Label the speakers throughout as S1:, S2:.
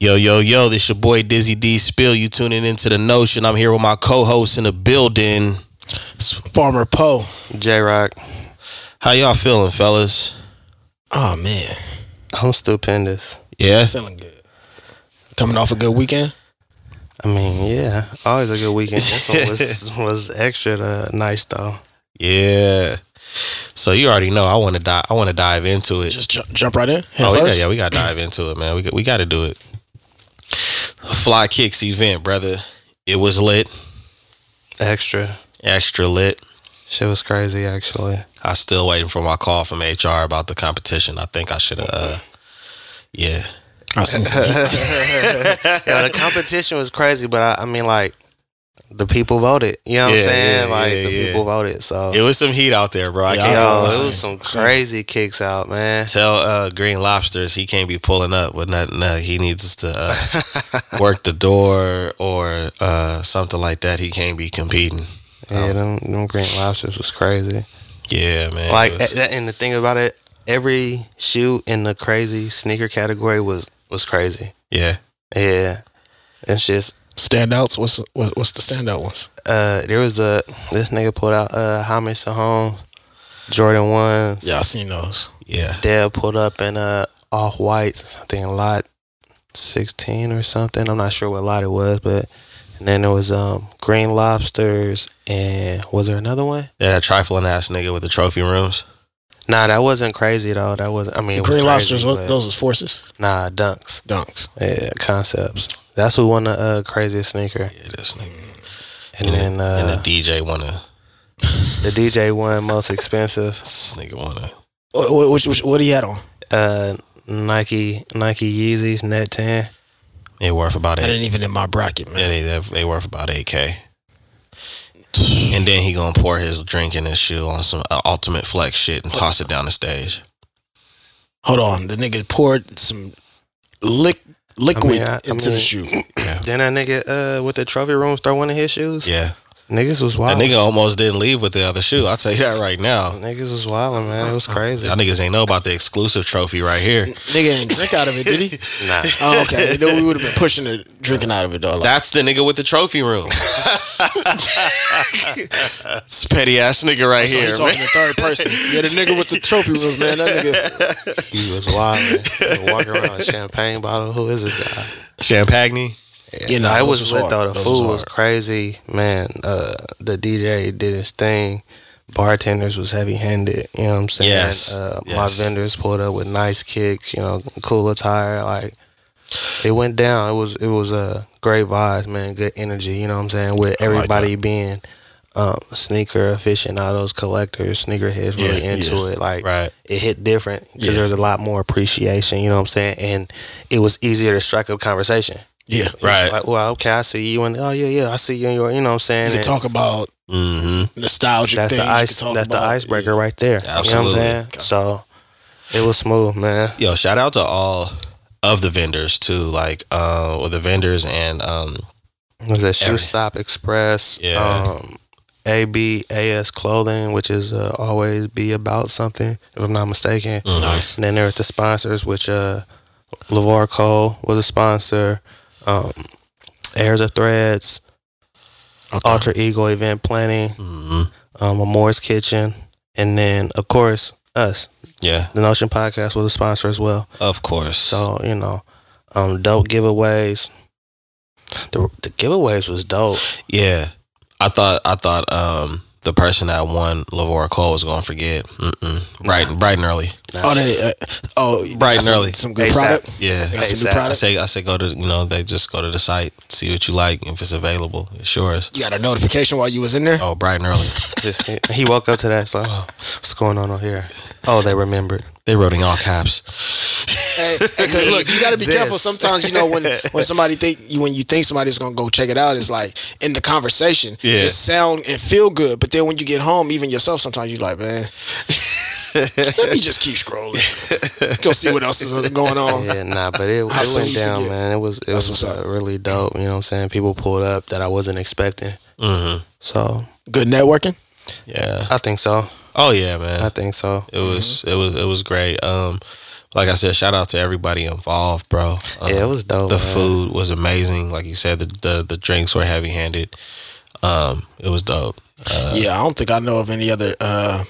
S1: Yo, yo, yo, this your boy Dizzy D Spill. You tuning into the Notion. I'm here with my co-host in the building.
S2: It's Farmer Poe.
S3: J Rock,
S1: How y'all feeling, fellas?
S2: Oh man,
S3: I'm stupendous.
S1: Yeah.
S2: feeling good. Coming off a good weekend.
S3: I mean, yeah, always a good weekend. This one was was extra uh, nice though.
S1: Yeah. So you already know I want to dive I want to dive into it.
S2: Just ju- jump right in. Head
S1: Oh yeah,
S2: first.
S1: yeah, we got to dive into it, man. We got, we got to do it. Fly Kicks event, brother. It was lit,
S3: Extra
S1: extra lit.
S3: shit was crazy actually.
S1: I still waiting for my call from HR about the competition. I think I should have uh yeah.
S2: I seen some-
S3: Yeah, the competition was crazy, but I, I mean, like the people voted. You know what
S1: Yeah,
S3: I'm saying?
S1: yeah,
S3: like
S1: yeah,
S3: the
S1: yeah.
S3: people voted. So
S1: It was some heat out there, bro. I
S2: Yeah,
S1: can't
S3: yo,
S1: lie.
S3: it was some crazy kicks out, man.
S1: Tell uh, Green Lobsters he can't be pulling up, but not, no, he needs us to uh, work the door or uh, something like that. He can't be competing.
S3: Yeah, them, them green lobsters was crazy.
S1: Yeah, man.
S3: Like,
S1: It
S3: a-
S1: was-
S3: that- and the thing about it, every shoe in the crazy sneaker category was was crazy.
S1: yeah,
S3: Yeah, it's just
S2: standouts. What's what, what's the standout ones?
S3: uh, there was a this nigga pulled out uh Hamid Sahone, Jordan ones.
S2: I seen those.
S1: yeah.
S3: Dad pulled up in uh off whites, I think lot sixteen or something. I'm not sure what lot it was, but and then there was um green lobsters and was there another one?
S1: That trifling ass nigga with the trophy rooms.
S3: Nah, that wasn't crazy though. That was I mean it was
S2: Green
S3: crazy,
S2: lobsters.
S3: but-
S2: Those, those was forces.
S3: nah dunks.
S2: Dunks.
S3: Yeah, concepts. That's who won the uh, craziest sneaker.
S1: Yeah, this nigga.
S3: And then
S1: and
S3: uh,
S1: the DJ wanna
S3: the DJ won most expensive.
S1: this nigga wanna.
S2: What what, which, which, what he had on?
S3: Uh Nike Nike Yeezys Net Ten.
S1: They worth about
S2: That
S1: eight.
S2: ain't even in my bracket,
S1: Yeah,
S2: man.
S1: they, they they worth about eight k. And then he gonna pour his drink in his shoe on some uh, ultimate flex shit and toss it down the stage.
S2: Hold on. The nigga poured some lick liquid
S3: I- I
S2: into the
S3: mean-
S2: shoe.
S3: Then that nigga uh with the trophy rooms throw one of his shoes.
S1: Yeah.
S3: Niggas was
S1: That
S3: wild.
S1: nigga almost didn't leave with the other shoe. I'll tell you that right now.
S3: Niggas was wilding, man. It was crazy.
S1: Y'all niggas ain't know about the exclusive trophy right here.
S2: nigga ain't drink out of it, did he?
S3: Nah.
S2: Oh, okay. You know, we would have been pushing the drinking out of it though. Like,
S1: That's the nigga with the trophy room. it's petty ass nigga right
S2: so he
S1: here.
S2: talking
S1: man.
S2: in third person. Yeah, the nigga with the trophy room, man. That nigga.
S3: He was wild. man. He was walking around with a champagne bottle. Who is this guy?
S1: Champagne.
S2: Yeah, nah,
S3: Nah, it
S2: those
S3: was,
S2: was
S3: lit
S2: hard.
S3: though. The
S2: Those
S3: food
S2: was
S3: was
S2: hard.
S3: crazy, man. Uh, the DJ did his thing. Bartenders was heavy handed. You know what I'm saying?
S1: Yes.
S3: Uh,
S1: Yes.
S3: My vendors pulled up with nice kicks. You know, cool attire. Like it went down. It was it was a uh, great vibes, man. Good energy. You know what I'm saying? With
S2: like
S3: everybody being. Um, sneaker aficionados, collectors, sneakerheads really
S2: Yeah,
S3: into it. Like,
S1: Right.
S3: it hit different because
S2: Yeah.
S3: there's a lot more appreciation. You know what I'm saying? And it was easier to strike up conversation.
S2: Yeah.
S3: It was
S1: Right.
S3: Like, well, okay, I see you, and oh yeah, yeah, I see you. And your, you know what I'm saying?
S2: You can
S3: And
S2: talk about
S1: Mm-hmm.
S2: nostalgic
S3: that's
S2: things.
S3: the
S2: you can
S3: ice.
S2: talk
S3: That's the
S2: about-
S3: icebreaker right there.
S1: Absolutely.
S3: You know what I'm saying? So it was smooth, man.
S1: Yo, shout out to all of the vendors too. Like uh well, the vendors and um
S3: It was at Shoe
S1: Every-
S3: Stop Express.
S1: Yeah.
S3: Um, ABAS Clothing, which is uh, always be about something, if I'm not mistaken.
S1: Nice.
S3: And then there's the sponsors, which uh, LeVar Cole was a sponsor. Um, Airs of Threads,
S2: Okay.
S3: Alter Ego Event Planning,
S1: hmm
S3: um, Amore's Kitchen, and then of course us.
S1: Yeah,
S3: The Notion Podcast was a sponsor as well.
S1: of course.
S3: So you know, um, dope giveaways. The, the giveaways was dope.
S1: yeah. I thought I thought um the person that won Lavora Cole was gonna forget. Mm-mm. Bright bright and early.
S2: Oh, they, uh, oh,
S1: Bright and
S2: some,
S1: early.
S2: Some good
S3: ASAP.
S2: product.
S1: Yeah.
S2: Got some
S3: ASAP.
S2: good
S1: I
S2: product.
S1: say I say go to you know they just go to the site see what you like if it's available it's yours
S2: You got a notification while you was in there.
S1: oh bright and early
S3: Just he, he woke up to that. So oh, what's going on over here? Oh, they remembered.
S1: they wrote in all caps
S2: Hey, because look, you got to be
S3: This.
S2: careful. Sometimes you know when when somebody think you when you think somebody's gonna go check it out, it's like in the conversation,
S1: Yeah.
S2: it sound and feel good. But then when you get home, even yourself, sometimes you like, man, let me just keep scrolling, go see what else is going on.
S3: Yeah, nah, but it, it
S2: How soon
S3: went
S2: you
S3: down,
S2: forget?
S3: man. It was it
S2: That's
S3: was
S2: what's up.
S3: uh, really dope. You know what I'm saying? People pulled up that I wasn't expecting.
S1: mm-hmm.
S3: So
S2: Good networking.
S1: yeah
S3: I think so.
S1: oh yeah
S3: I Mm-hmm.
S1: man
S3: think so.
S1: it was it was it was great um like I said, shout out to everybody involved, bro. Uh,
S3: yeah, it was dope.
S1: the
S3: man.
S1: food was amazing. Like you said, the the, the drinks were heavy handed. Um, it was dope. Uh,
S2: yeah, I don't think I know of any other. Uh,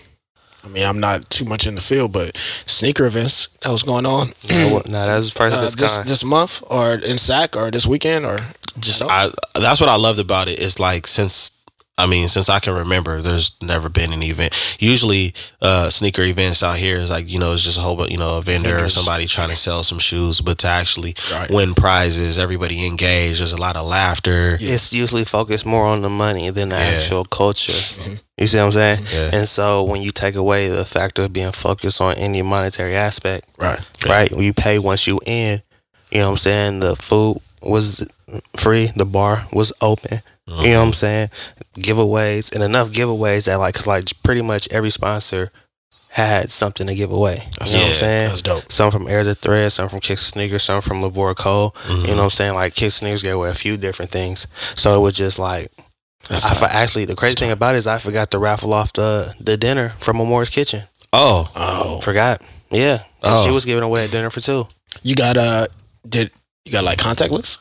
S2: I mean, I'm not too much in the field, but sneaker events that was going on
S3: No, what- nah, that was the first
S2: uh,
S3: of its
S2: this
S3: kind.
S2: this month, or in SAC, or this weekend, or
S1: just
S2: Nope.
S1: I that's what I loved about it. It's like since I mean since I can remember, there's never been an event. Usually, uh, sneaker events out here is like you know it's just a whole bunch you know a vendor or
S2: Vendors.
S1: somebody trying to sell some shoes, but to actually
S2: Right.
S1: win prizes, everybody engaged. There's a lot of laughter.
S2: Yeah.
S3: it's usually focused more on the money than the
S1: Yeah. Mm-hmm.
S3: actual culture.
S2: Mhm.
S3: You see what I'm saying?
S1: Yeah.
S3: And so when you take away the factor of being focused on any monetary aspect,
S2: right.
S1: Yeah.
S3: right? You pay once you in. You know what I'm saying? The food was free. The bar was open. You
S1: Uh-huh.
S3: know what I'm saying? Giveaways and enough giveaways that like, cause like pretty much every sponsor had something to give away. You know what I'm
S1: Yeah,
S3: saying?
S2: That's dope.
S3: Some from Air the Thread, some from Kick Sneakers, some from Labora Cole.
S1: Mhm.
S3: You know what I'm saying? Like Kick Sneakers gave away a few different things. So it was just like
S1: That's
S3: I
S1: tight.
S3: for, actually the crazy thing about it is I forgot to raffle off the the dinner from Amore's kitchen.
S1: oh
S2: Oh,
S3: Forgot. Yeah.
S1: Oh.
S3: 'Cause She was giving away a dinner for two.
S2: you got uh, did you got like contactless?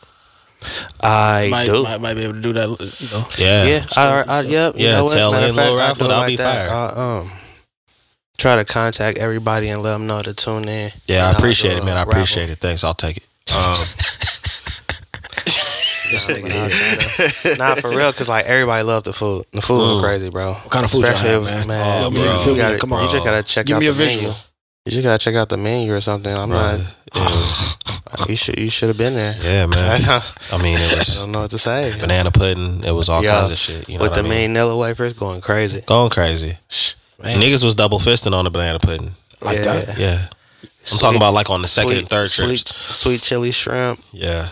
S3: I
S2: might,
S3: do.
S2: might might be able to do that. You know,
S1: yeah.
S3: yeah. I, I, yep. You
S1: Yeah,
S3: know what?
S1: tell
S3: Matter of
S1: Lynn Lil
S3: fact, I'll
S1: Raffle,
S3: do it
S1: I'll
S3: like
S1: be
S3: that.
S1: fired.
S3: I'll, um, try to contact everybody and let them know to tune in.
S1: Yeah, I
S3: And I'll
S1: appreciate
S3: do
S1: it,
S3: a
S1: man. I
S3: raffle.
S1: appreciate it. Thanks, I'll take it. Um,
S3: Nah, but I'll try to- Nah, for real, because like everybody loved the food. The food was
S1: Mm.
S3: crazy, bro.
S2: what kind of food y'all have, man?
S3: if-
S1: Oh, Feel
S3: man,
S1: me, bro.
S3: you,
S1: feel me,
S3: gotta,
S2: come
S1: on.
S3: you just gotta check
S2: Give
S3: out
S2: me a
S3: the
S2: visual.
S3: menu. You just gotta check out the menu or something. I'm
S1: right.
S3: not. You should. You should have been there.
S1: yeah, man.
S3: I
S1: I mean, it was
S3: don't know what to say.
S1: banana pudding. It was all
S3: Yeah.
S1: kinds of shit. You know
S3: With
S1: what
S3: the
S1: I mean?
S3: main Nello wafers going crazy.
S1: Going crazy.
S2: Man.
S1: Niggas was double fisting on the banana pudding.
S2: Like
S3: Yeah.
S2: that.
S1: Yeah. I'm
S3: Sweet-
S1: talking about like on the second and third
S3: sweet,
S1: trips.
S3: Sweet chili shrimp.
S1: Yeah.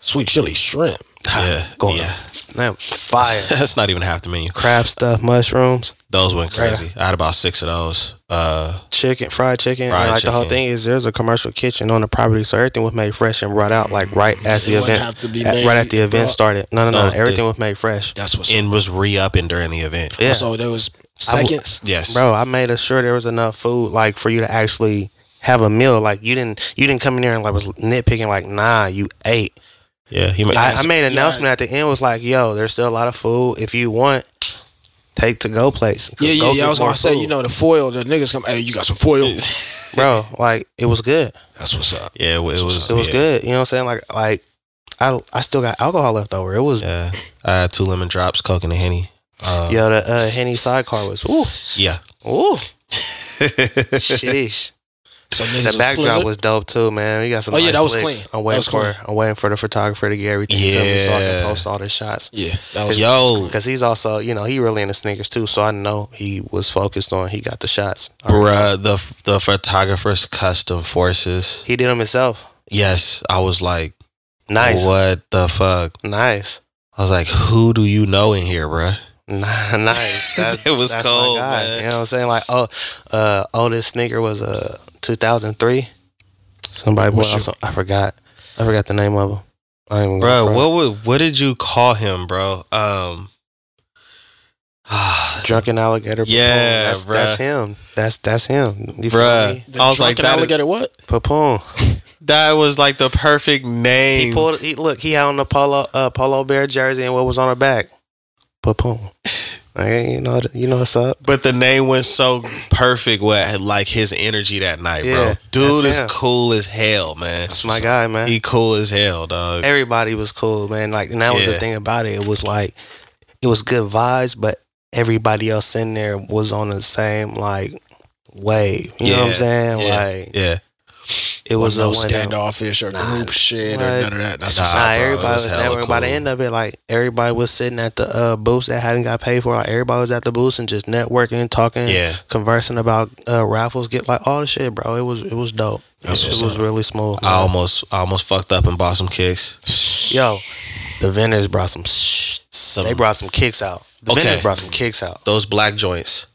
S2: Sweet chili shrimp.
S1: Yeah.
S3: Going
S1: yeah.
S3: man, fire.
S1: That's not even half the menu.
S3: Crab stuffed mushrooms,
S1: Those went crazy. I had about six of those. Uh,
S3: chicken, fried chicken.
S1: Fried
S3: and like the whole
S1: chicken.
S3: thing is there's a commercial kitchen on the property, so everything was made fresh and brought out like right as the
S2: It wouldn't
S3: event.
S2: have to be
S3: at-
S2: made
S3: right at the event
S2: raw.
S3: started. No, no, no.
S1: No,
S3: everything
S1: they-
S3: was made fresh.
S2: That's what's
S1: and was re upping during the event.
S3: Yeah.
S2: So there was
S3: I w-
S2: seconds.
S1: Yes.
S3: bro i made us sure there was enough food like for you to actually have a meal like you didn't you didn't come in there and like was nitpicking like nah you ate
S1: Yeah. He made,
S3: i, I made an
S2: yeah.
S3: announcement at the end was like yo there's still a lot of food if you want take to go plates
S2: yeah,
S3: Go
S2: yeah,
S3: get
S2: yeah. I was
S3: more
S2: gonna say,
S3: food.
S2: you know, the foil. The niggas come. Hey, you got some foil? That's
S3: bro like it was good
S2: what's up.
S1: yeah. It was, it was,
S3: it was
S1: yeah.
S3: good you know what i'm saying like like i i still got alcohol left over it was
S1: Yeah. I had two lemon drops, Coke, and a Henny. Um,
S3: yo the uh, henny sidecar was ooh
S1: Yeah.
S3: ooh sheesh
S2: So niggas
S3: The backdrop
S2: slizzard.
S3: was dope too, man. We got some.
S2: Oh, yeah,
S3: nice
S2: that was
S3: flicks.
S2: clean.
S3: I'm
S2: That
S3: waiting
S2: was
S3: for
S2: clean.
S3: I'm waiting for the photographer to get everything to me so I
S1: Yeah.
S3: can post all the shots.
S2: Yeah, that was.
S1: Yo,
S3: Cause he's also, you know, he really into sneakers too. So I know he was focused on. He got the shots.
S1: bruh, the, the photographer's custom forces.
S3: He did them himself.
S1: Yes. I was like,
S3: Nice,
S1: what the fuck?
S3: nice,
S1: I was like, who do you know in here, bruh?
S3: N- nice. That's-
S1: It was
S3: that's my
S1: cold,
S3: guy.
S1: man.
S3: You know what I'm saying? Like, oh, uh, oh, this sneaker was uh 2003. Somebody bought.
S2: What's
S3: out
S2: your-
S3: some- I forgot. I forgot the name of him. I ain't even gonna
S1: bro.
S3: front.
S1: What would what did you call him, bro? Um,
S3: Drunken alligator. Papoon.
S1: Yeah,
S3: that's, that's
S1: bruh.
S3: him. That's that's him. You feel me?
S1: bruh.
S2: The
S1: I was like that.
S2: drunken
S1: is-
S2: alligator. What?
S3: Papoon.
S1: that was like the perfect
S3: He
S1: name.
S3: pulled. He, look, he had on the polo uh, polo bear jersey and what was on her back. Papoon. Okay, you know, you know what's up.
S1: but the name went so perfect with like his energy that night,
S3: Yeah,
S1: bro. Dude
S3: that's
S1: is
S3: him.
S1: cool as hell, man.
S3: It's my guy, man.
S1: He cool as hell, dog.
S3: Everybody was cool, man. Like, and that was the
S1: Yeah.
S3: thing about it. It was like, it was good vibes, but everybody else in there was on the same like wave. You know what I'm
S1: Yeah,
S3: saying?
S1: yeah,
S3: Like,
S1: yeah,
S3: it was
S2: no
S3: a one down.
S2: standoffish or
S3: Nah,
S2: group shit or
S3: what?
S2: none of that. That's
S1: Nah.
S2: what's up.
S3: Nah,
S1: bro, it
S3: everybody
S1: was
S3: was,
S1: hella
S3: everybody by the
S1: cool.
S3: end of it, like everybody was sitting at the uh, booths that hadn't got paid for. Like everybody was at the booths and just networking, talking,
S1: Yeah.
S3: conversing about uh, raffles, get like all the shit, bro. It was it was dope.
S2: That's
S3: it
S2: what's
S3: was really smooth.
S1: I
S3: man.
S1: almost I almost fucked up and bought some kicks.
S3: Yo, the vendors brought some. Sh-
S1: Some
S3: they brought some kicks out. The
S1: Okay.
S3: vendors brought some kicks out.
S1: those black joints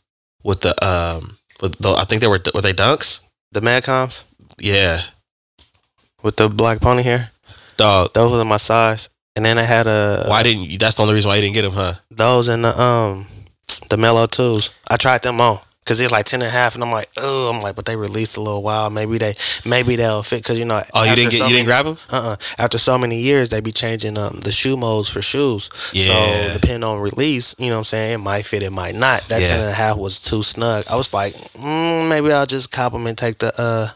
S1: with the um. With the, I think they were were they dunks.
S3: The Mad Comps
S1: Yeah,
S3: with the black pony hair.
S1: dog.
S3: Those were my size. And then I had a
S1: Why didn't you? That's the only reason why you didn't get him, huh?
S3: those and the um the mellow twos. I tried them on. Cause it's like ten and a half, and I'm like, oh, I'm like, but they released a little while. Maybe they, maybe they'll fit. Cause you know,
S1: Oh, you
S3: after
S1: didn't get
S3: so
S1: you didn't
S3: many-
S1: grab him?
S3: uh-uh. After so many years, they be changing um the shoe molds for shoes.
S1: Yeah.
S3: So depending on release, you know what I'm saying, it might fit, it might not. That
S1: Yeah.
S3: ten and a half was too snug. I was like, mm, maybe I'll just cop 'em and take the uh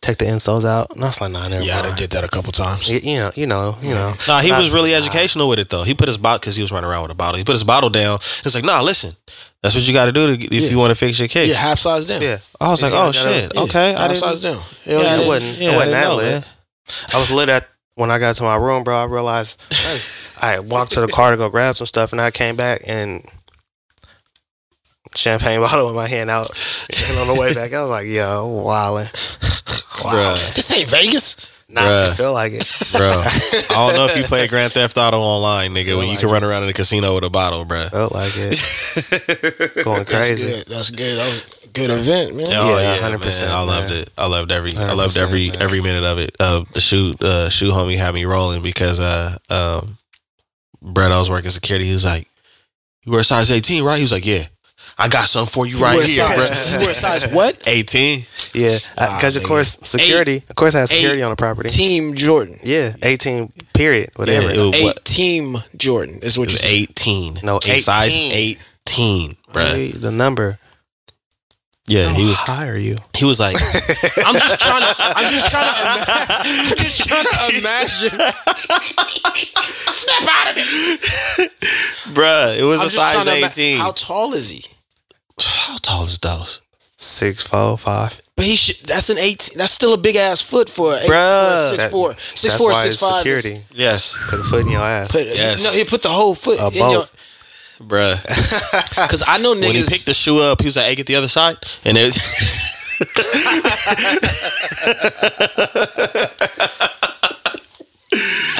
S3: take the insoles out. And I was like, nah, never
S2: Yeah, I done
S3: mind.
S2: did that a couple times.
S3: Y- You know, you know, you know.
S1: Nah, he
S3: Nah,
S1: was really
S3: nah.
S1: educational with it though. He put his bottle because he was running around with a bottle. He put his bottle down. It's like, nah, listen, that's what you got to do to, if
S2: Yeah.
S1: you want to fix your kicks.
S2: Yeah, half size down.
S3: Yeah,
S1: I was like,
S3: Yeah,
S1: oh
S3: I gotta-
S1: shit,
S2: Yeah,
S1: okay, I
S2: half
S1: didn't.
S2: size down. Hell
S1: yeah, I
S3: it
S2: yeah.
S1: didn't-
S3: wasn't- it
S1: yeah, I
S3: wasn't
S1: didn't
S3: that
S1: know,
S3: lit.
S1: man.
S3: I was lit at when I got to my room, bro. I realized I walked to the car to go grab some stuff, and I came back and champagne bottle in my hand out. And on the way back, I was like, "Yo, wildin'."
S1: Bruh.
S2: This ain't Vegas.
S3: Nah, I
S1: Bruh.
S3: feel like it.
S1: bro. I don't know if you play Grand Theft Auto online, nigga, when you
S3: like
S1: can run around in a casino with a bottle, bro.
S3: Felt like it. Going
S2: That's
S3: crazy.
S2: good. That's good. That was a good event, man.
S1: Oh yeah,
S3: 100%,
S1: man. I loved
S3: man.
S1: it. I loved every. I loved
S3: 100%,
S1: every
S3: man.
S1: every minute of it. Uh, the shoot, uh, shoe homie had me rolling because uh, um, Brett, I was working security. He was like, "You were a size 18, right?" He was like, "Yeah, I got something for you
S2: You
S1: right
S2: were a
S1: here, bro."
S2: size, You were a size what?
S1: 18.
S3: Yeah, because
S2: Wow,
S3: of course security. Of course, I had security on the property.
S2: Team Jordan.
S3: Yeah, eighteen. Period. Whatever.
S1: it was,
S2: Eight
S1: what,
S2: Team Jordan is
S1: it
S2: what you
S1: was
S2: said.
S1: 18.
S3: No,
S1: A size
S3: 18.
S1: 18, bro.
S3: Really, the number.
S1: Yeah, he was.
S3: high. Are you?
S1: He was like,
S2: I'm just trying to. I'm just trying to. ima- I'm just trying to imagine. Snap out of it.
S1: "Bruh, it was
S2: I'm
S1: a
S2: just trying
S1: size
S2: to ima-
S1: 18."
S2: How tall is he?
S1: How tall is those?
S3: Six, four, five.
S2: But he should. That's an eighteen. That's still a big ass foot for a eight,
S3: Bruh.
S2: for a six
S3: That-
S2: four, six
S3: That's
S2: four,
S3: why
S2: six
S3: it's
S2: five is-
S3: security.
S1: Yes,
S3: Put a foot in your ass.
S2: Put,
S1: Yes.
S2: No, he put the whole foot
S3: A
S2: in your.
S3: boat.
S1: bruh.
S2: Because I know niggas.
S1: when he picked the shoe up, he was like, "Hey, get the other side," and it was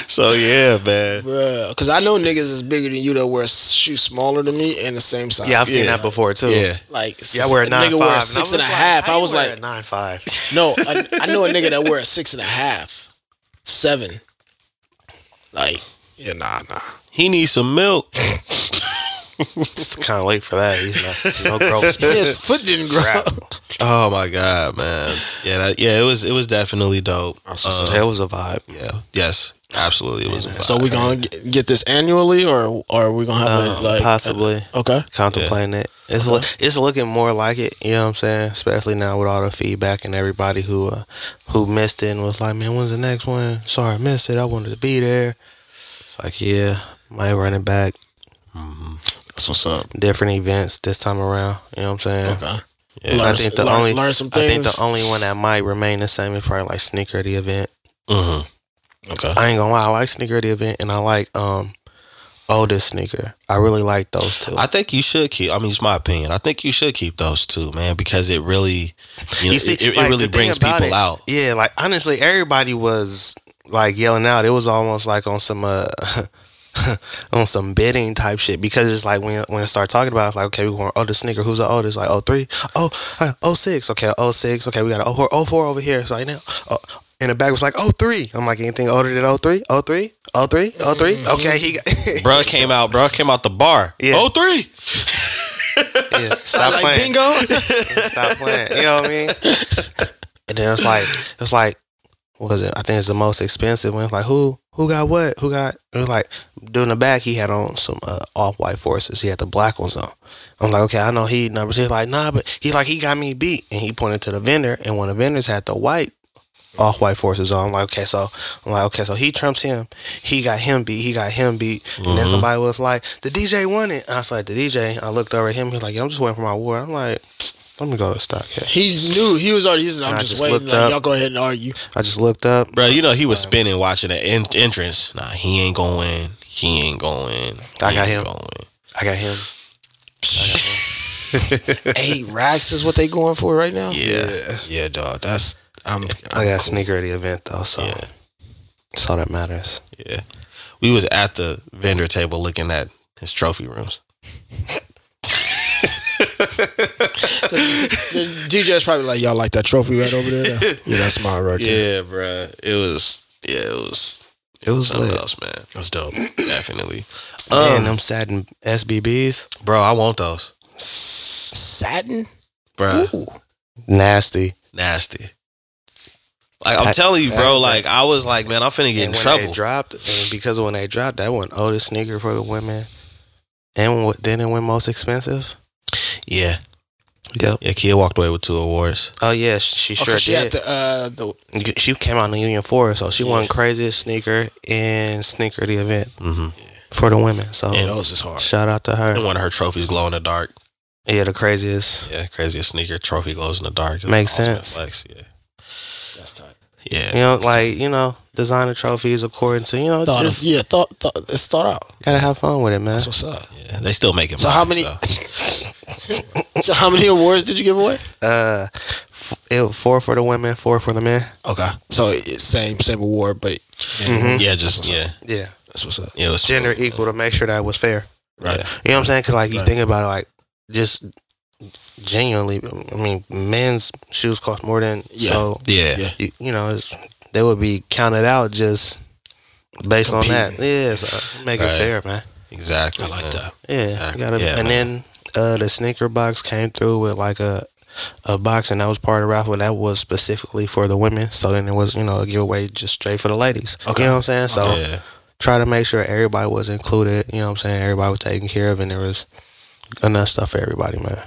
S1: so yeah, man.
S2: Bruh, cause I know niggas is bigger than you that wear shoes smaller than me and the same size.
S3: Yeah, I've seen
S1: Yeah.
S3: that before too.
S1: Yeah,
S2: like
S3: Yeah, I wear a
S2: a
S3: nine
S2: nigga
S3: five.
S2: wear
S3: and
S2: a six and a
S3: was like,
S2: half.
S3: how
S2: I
S3: you
S2: was
S3: wear a
S2: like,
S3: nine five.
S2: no, I, I know a nigga that wear a six and a half, seven. Like, yeah, nah, nah.
S1: he needs some milk.
S3: It's kind of late for that. You know, no growth.
S2: His foot didn't grow.
S3: Crap.
S1: Oh my god, man. Yeah, that, yeah. It was it was definitely dope.
S3: So
S1: Um,
S3: that was a vibe.
S1: yeah. Yes. Absolutely, it was. a
S2: So
S1: vibe.
S2: we gonna get get this annually, or or are we gonna have
S3: Um,
S2: it like Uh-huh.
S3: possibly
S2: okay?
S3: contemplating it. It's loo- it's looking more like it. You know what I'm saying? Especially now with all the feedback and everybody who uh, who missed it and was like, "Man, when's the next one?" Sorry, I missed it. I wanted to be there. It's like, yeah, might run it back.
S2: That's what's up.
S3: Different events this time around. You know what I'm saying?
S2: Okay.
S1: Yeah.
S2: Learn,
S3: I think the
S2: learn,
S3: only
S2: learn some
S3: I
S2: things.
S3: think the only one that might remain the same is probably like sneaker at the event.
S1: Mhm.
S2: okay.
S3: I ain't gonna lie, I like sneaker at the event and I like um oldest sneaker. I really like those two.
S1: I think you should keep. I mean, it's my opinion. I think you should keep those two, man, because it really, you know,
S3: You see,
S1: it, it
S3: like,
S1: really
S3: the thing
S1: brings
S3: about
S1: people
S3: it-
S1: out.
S3: yeah, like honestly, everybody was like yelling out. It was almost like on some uh on some bidding type shit because it's like when when I start talking about it, it's like okay, we want oldest sneaker. Who's the oldest? Like oh three, oh uh, oh six. Okay, oh six. Okay, we got oh four, oh four over here. It's like now. Oh, and the bag was like oh three. I'm like anything older than oh three, oh three, oh three, oh three. Okay, he got
S1: Mm-hmm. Bruh came out. Bruh came out the bar.
S3: Yeah.
S1: Oh three.
S3: Yeah, stop
S2: like
S3: playing.
S2: bingo.
S3: stop playing. You know what I mean? And then it's like it's like what was it? I think it's the most expensive one. It's like who who got what? Who got? It was like doing the back. He had on some uh, off white forces. He had the black ones on. I'm like, okay, I know he numbers. He's like, nah, but he like he got me beat. And he pointed to the vendor, and one of the vendors had the white off white forces on. I'm like, okay, so I'm like, okay, so he trumps him. He got him beat. He got him beat. And then
S1: Mhm.
S3: somebody was like, the DJ won it. I was like, the DJ. I looked over at him. He's like, yeah, I'm just waiting for my award. I'm like, let me go to stock. Yeah.
S2: He knew he was already. He's, I'm
S3: And I
S2: just,
S3: just
S2: waiting.
S3: looked
S2: Like,
S3: up.
S2: y'all go ahead and argue.
S3: I just looked up.
S1: Bro, you know he was spinning watching the en- entrance. Nah, he ain't going. He ain't going.
S3: I got him.
S1: Going.
S3: I got him.
S2: Eight racks is what they going for right now.
S1: Yeah.
S2: yeah, dog. That's I'm.
S3: I got sneaker at the event though, so
S1: Yeah.
S3: that's all that matters.
S1: Yeah. We was at the vendor table looking at his trophy rooms.
S2: The DJ's probably like, y'all like that trophy right over there? yeah, that's mine right there.
S1: Yeah, bro. It was. Yeah, it was
S3: It was
S1: something
S3: lit.
S1: else, man.
S2: That's dope.
S1: Definitely,
S3: Man,
S1: Uh, um,
S3: them satin SBBs.
S1: bro. I want those.
S2: Satin?
S1: Bruh.
S2: Ooh.
S3: Nasty.
S1: Nasty. Like I'm
S3: I-
S1: telling you, bro.
S3: I-
S1: Like I was like, man, I'm finna get in
S3: and when
S1: trouble.
S3: They dropped, and because when they dropped, that one oldest sneaker for the women. And what? Then it went most expensive.
S1: yeah,
S3: Yep.
S1: yeah. Kid walked away with two awards.
S3: Oh yeah, she, she
S2: Oh, 'cause
S3: sure
S2: she had
S3: did.
S2: the uh the
S3: You- she came out in Union Four, so she won
S2: Yeah.
S3: craziest sneaker and sneaker the event
S1: hmm
S3: for the women. So
S1: And-
S2: those is hard.
S3: shout out to her.
S1: And one of her trophies glow in the dark.
S3: Yeah, the craziest.
S1: Yeah, craziest sneaker trophy glows in the dark. It's
S3: Makes
S1: an ultimate
S3: sense.
S1: flex, Yeah,
S2: That's tight.
S1: yeah.
S3: You know, like you know, designer trophies according to you know,
S2: Thought
S3: just
S2: yeah, thought, thought let's start out.
S3: gotta have fun with it, man.
S2: That's what's up.
S1: Yeah, uh, they still make it.
S2: So how many? so how many awards did you give away?
S3: Uh, f- it, four for the women, four for the men.
S2: Okay, so it's same same award, but
S3: Mhm.
S1: Yeah, just yeah,
S3: Yeah,
S2: that's what's up.
S1: yeah. It was
S3: gender equal to make sure that was fair.
S1: Right.
S3: You know what I'm saying? Because like you
S2: Right.
S3: think about it, like just genuinely, I mean, men's shoes cost more than
S2: Yeah.
S3: so.
S1: Yeah.
S2: Yeah.
S3: You, you know, it's, they would be counted out just based on that.
S2: Competing.
S3: Yeah, so make
S1: Right.
S3: it fair, man.
S1: Exactly.
S2: I like
S1: man.
S2: that.
S3: Yeah,
S1: Exactly.
S3: you gotta,
S1: Yeah,
S3: and
S1: man.
S3: then uh, the sneaker box came through with like a a box, and that was part of the raffle. That was specifically for the women. So then it was you know a giveaway just straight for the ladies.
S2: Okay.
S3: You know what I'm saying? So
S1: Yeah.
S3: try to make sure everybody was included. You know what I'm saying? Everybody was taken care of, and there was enough stuff for everybody, man.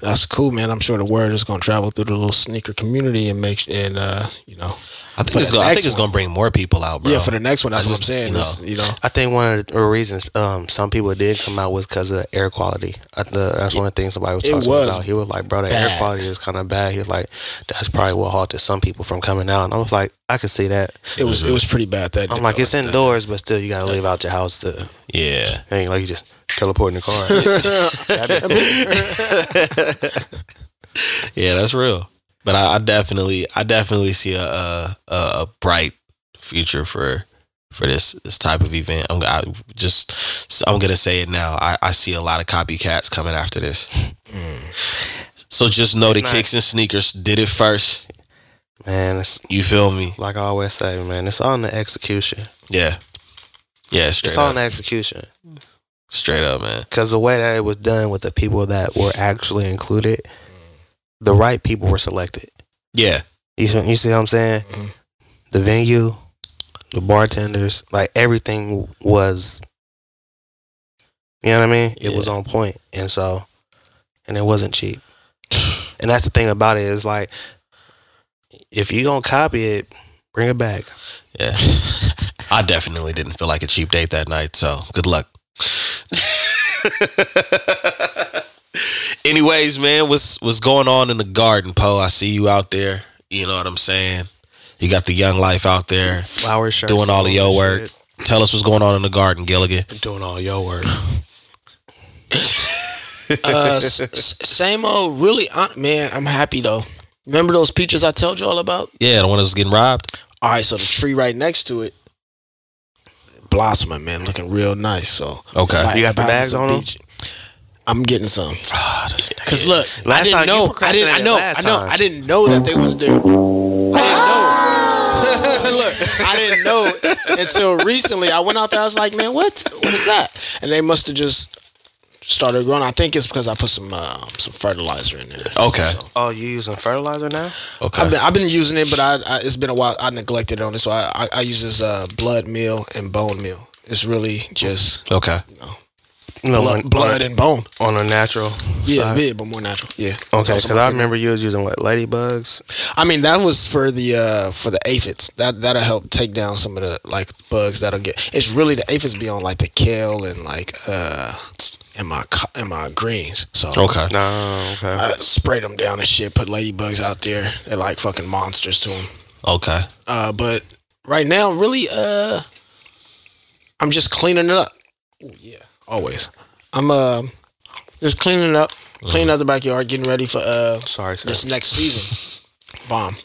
S2: That's cool, man. I'm sure the word is gonna travel through the little sneaker community and make and uh you know
S1: I
S2: For
S1: think it's
S2: the
S1: gonna, I
S2: next
S1: think it's
S2: one.
S1: gonna bring more people out, bro.
S2: yeah for the next one. That's
S1: I
S2: what I'm
S1: just-
S2: saying.
S1: you
S2: is, You know,
S3: I think one of the reasons um, some people did come out was because of the air quality. I, the, that's one of the things somebody was
S2: It
S3: talking
S2: was
S3: about. He was like, "Bro, the
S2: bad.
S3: air quality is kind of bad." He was like, "That's probably what halted some people from coming out." And I was like, "I can see that."
S2: it was it was pretty bad that.
S3: I'm like, "It's indoors, but still, you gotta leave out your house to
S1: Yeah.
S3: ain't like you just teleport in the car." That'd
S1: Yeah, that's real. But I, I definitely, I definitely see a, a a a bright future for for this this type of event. I'm I just I'm gonna say it now. I, I see a lot of copycats coming after this.
S2: Hmm.
S1: So just know the
S3: Nice.
S1: kicks and sneakers did it first.
S3: be- man, it's
S1: You feel me?
S3: like I always say, man, it's all in the execution.
S1: Yeah. Yeah. Straight
S3: It's all
S1: up.
S3: in the execution.
S1: Straight up, man.
S3: because the way that it was done with the people that were actually included, the right people were selected.
S1: Yeah.
S3: You see- you see what I'm saying?
S2: Mhm.
S3: The venue, the bartenders, like everything was. You know what I mean? It was
S1: Yeah.
S3: on point, and so, and it wasn't cheap. And that's the thing about it is like, if you gonna copy it, bring it back.
S1: Yeah. I definitely didn't feel like a cheap date that night, so good luck. Anyways, man, what's what's going on in the garden, Poe? I see you out there. You know what I'm saying? You got the young life out there.
S3: Flower shirts,
S1: Doing all of
S3: and
S1: your
S3: that
S1: work.
S3: shit.
S1: Tell us what's going on in the garden, Gilligan.
S3: doing all your work.
S2: uh, s- s- same old. Really, uh, man. I'm happy though. Remember those peaches I told y'all about?
S1: Yeah, the one that was getting robbed.
S2: All right, so the tree right next to it, blossoming, man, looking real nice. So
S1: Okay.
S2: like,
S3: You got the
S2: about
S3: bags
S2: some
S3: on 'em?
S2: peach- I'm getting some.
S1: Ah,
S2: Cause look,
S3: Last
S2: I didn't
S3: time you
S2: know. I didn't. I
S3: procrastinated
S2: know.
S3: last
S2: I know.
S3: time.
S2: I didn't know that they was there. I didn't know. look, I didn't know until recently. I went out there. I was like, man, what? What is that? And they must have just started growing. I think it's because I put some uh, some fertilizer in there.
S1: Okay.
S2: So,
S3: Oh, you using fertilizer now?
S1: Okay.
S2: I've been, I've been using it, but I, I it's been a while. I neglected it on it, so I I, I use this uh, blood meal and bone meal. It's really just
S1: okay.
S3: No,
S2: blood,
S3: on-
S2: blood and bone.
S3: on a natural.
S2: Yeah,
S3: side.
S2: yeah, but more natural. Yeah.
S3: Okay,
S2: Also
S3: because
S2: more
S3: I
S2: natural.
S3: remember you was using what ladybugs.
S2: I mean, that was for the uh for the aphids. That that'll help take down some of the like bugs that'll get. It's really the aphids be on like the kale and like uh and my co- and my greens. So
S1: Okay.
S3: No, okay.
S2: I sprayed them down and shit. Put ladybugs out there. They're like fucking monsters to them.
S1: Okay.
S2: Uh, but right now, really, uh, I'm just cleaning it up. Ooh, yeah, always. I'm uh, just cleaning it up, cleaning out the backyard, getting ready for uh
S3: Sorry, sir.
S2: this next season. Bomb.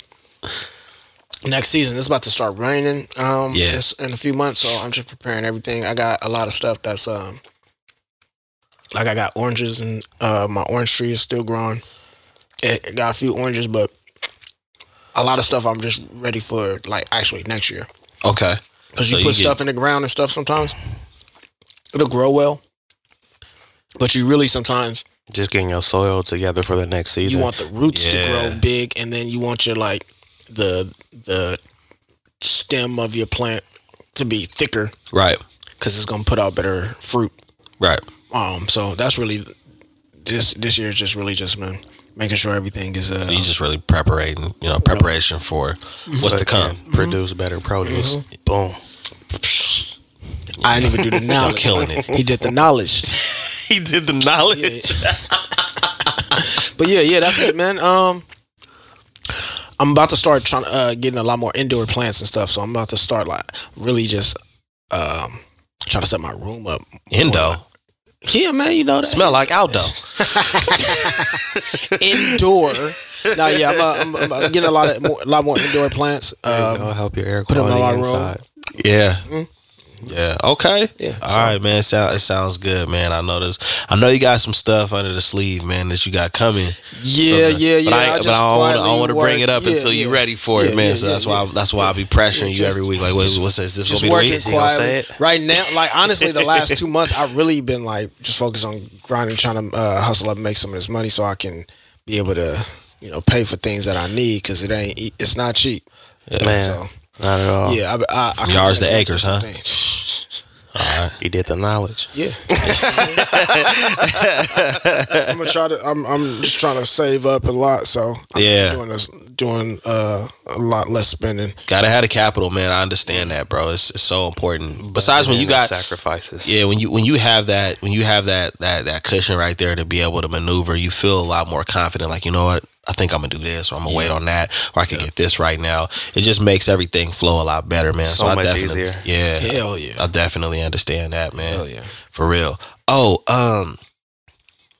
S2: Next season, it's about to start raining. Um,
S1: Yeah.
S2: it's in a few months, so I'm just preparing everything. I got a lot of stuff that's um, like I got oranges and uh, my orange tree is still growing. It, it got a few oranges, but a lot of stuff I'm just ready for, like actually next year.
S1: Okay.
S2: Because
S1: So
S2: you
S1: you
S2: put
S1: get-
S2: stuff in the ground and stuff sometimes, it'll grow well. But you really sometimes
S3: Just getting your soil together for the next season.
S2: You want the roots to
S1: Yeah.
S2: grow big, and then you want your like the the stem of your plant to be thicker
S1: Right.
S2: because it's gonna put out better fruit.
S1: Right.
S2: Um, so that's really this this year's just really just been making sure everything is uh
S1: You just really preparing, you know, preparation for what's
S3: so
S1: to
S3: it can
S1: come.
S3: Mm-hmm. Produce better produce.
S2: Mm-hmm.
S3: Boom.
S2: I didn't even do the knowledge.
S1: killing it.
S2: He did the knowledge.
S1: he did the knowledge.
S2: Yeah. but yeah, yeah, that's it, man. Um, I'm about to start trying uh, getting a lot more indoor plants and stuff. So I'm about to start like really just um trying to set my room up.
S1: Indo
S2: Yeah, man, you know that
S1: smell like Aldo.
S2: indoor. now, yeah, I'm, uh, I'm, I'm getting a lot of more, a lot more indoor plants.
S3: It'll
S2: Um,
S3: help your air
S2: put 'em in
S3: quality
S2: my room.
S3: inside.
S1: Yeah.
S2: Mhm.
S1: Yeah. Okay.
S2: yeah,
S1: All right, man. It, sound, it sounds good, man. I know this. I know you got some stuff under the sleeve, man, that you got coming.
S2: yeah,
S1: But-
S2: yeah, yeah.
S1: But I, but I don't
S2: just
S1: wanna- I
S2: quietly
S1: don't want to bring it
S2: work-
S1: up
S2: yeah,
S1: until you're
S2: yeah.
S1: ready for it,
S2: Yeah,
S1: man.
S2: yeah,
S1: so that's
S2: yeah,
S1: why
S2: yeah.
S1: I, that's why I be pressuring
S2: Yeah,
S1: you
S2: just-
S1: every week. Like, what's, what's this? This gonna
S2: just
S1: be the
S2: working
S1: week?
S3: Is he gonna say
S2: quietly.
S3: it?
S2: Right now, like honestly, the last two months, I've really been like just focused on grinding, trying to uh, hustle up, and make some of this money, so I can be able to, you know, pay for things that I need because it ain't, e, it's not cheap.
S3: Man,
S2: So,
S3: not at all.
S2: yeah, I, I, I
S1: Oh. Yards to
S2: I-
S1: acres, huh? All right.
S3: You did the knowledge.
S2: Yeah. I'm gonna try to. I'm. I'm just trying to save up a lot. So I'm
S1: Yeah.
S2: doing this, doing uh, a lot less spending.
S1: Gotta have the capital, man. I understand that, bro. It's, it's so important. Besides, when you
S3: And the
S1: got
S3: sacrifices.
S1: yeah, when you when you have that when you have that that that cushion right there to be able to maneuver, you feel a lot more confident. Like you know what, I think I'm gonna do this, or I'm gonna wait on that, or I can get this right now. It just makes everything flow a lot better, man.
S3: So
S1: I
S3: much
S1: definitely-
S3: easier.
S1: Yeah,
S2: Hell yeah.
S1: I definitely understand that, man.
S2: Hell yeah.
S1: For real. Oh, um,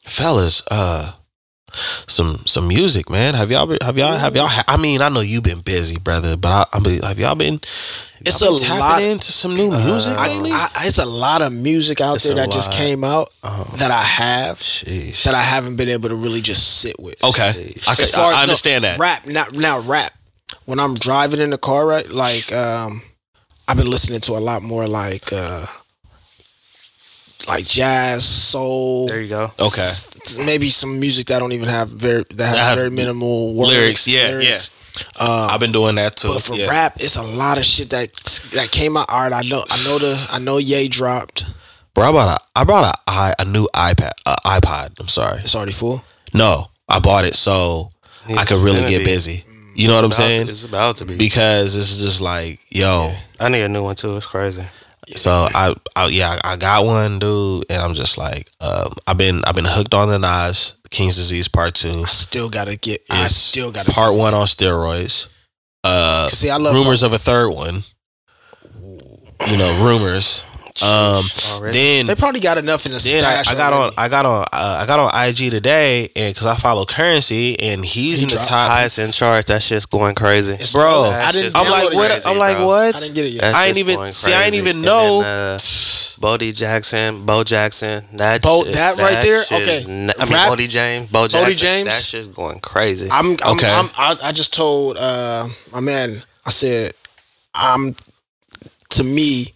S1: fellas, uh, some some music, man. Have y'all been? Have y'all? Have y'all? I mean, I know you've been busy, brother, but I, I mean, have y'all been?
S2: It's
S1: y'all been
S2: a
S1: tapping
S2: lot- Uh,
S1: into some new music
S3: I-
S1: lately.
S2: I, I, it's a lot of music out
S3: It's
S2: there
S3: a
S2: that just
S3: lot.
S2: came out
S3: Um,
S2: that I have
S1: Sheesh.
S2: that I haven't been able to really just sit with.
S1: okay, I, could-
S2: As far
S1: I- I
S2: as- no,
S1: understand that.
S2: Rap, not now rap. When I'm driving in the car, right? Like, um, I've been listening to a lot more like, uh, like jazz, soul.
S3: there you go.
S1: Okay,
S2: s- maybe some music that don't even have very that have,
S1: have
S2: very minimal words,
S1: lyrics. Yeah, Um,
S2: lyrics.
S1: yeah. I've been doing that too.
S2: But for
S1: yeah.
S2: rap, it's a lot of shit that that came out. All right, I know, I know the, I know, Ye dropped.
S1: bro, I bought a I bought a i a new iPad uh, iPod. I'm sorry.
S2: It's already full.
S1: No, I bought it so I could
S3: It's
S1: really
S3: gonna
S1: get
S3: be-
S1: busy. You know what I'm
S3: About-
S1: saying?
S3: It's about to be.
S1: Because this is just like, yo.
S3: I need a new one too. It's crazy.
S1: So I, I yeah, I I got one, dude, and I'm just like, um, I've been I've been hooked on the Nas King's Disease Part Two.
S2: I still gotta get. I
S1: It's
S2: still gotta
S1: Part One on steroids. Uh,
S2: See, I love
S1: rumors of a third one. You know, rumors. Um,
S3: Already.
S1: then
S2: They probably got enough in the
S1: then I,
S2: stash.
S1: I got on
S2: already.
S1: I got on uh, I got on IG today, and because I follow Currency, and he's
S2: He
S1: in the
S2: dropped
S1: top.
S3: highest in charge. That shit's going crazy.
S2: It's-
S1: bro,
S2: I didn't.
S1: I'm
S2: download
S1: like
S2: it
S1: what?
S2: yet.
S1: I'm
S3: Crazy,
S1: like
S3: bro.
S1: what?
S2: I didn't get it yet.
S3: That
S1: I ain't
S3: shit's
S1: even
S3: going
S1: see. I ain't
S3: crazy.
S1: even
S3: And
S1: know.
S3: then, uh, Bodie Jackson, Bo Jackson, that
S2: Bo-
S3: shit-
S2: that right there?
S3: shit is
S2: Okay.
S3: n- I mean
S2: Rap-
S3: Bodie James, Bo Jackson,
S2: James?
S3: that shit's going crazy.
S2: I'm, I'm,
S1: Okay.
S2: I'm, i I just told uh, my man. I said, I'm. To me,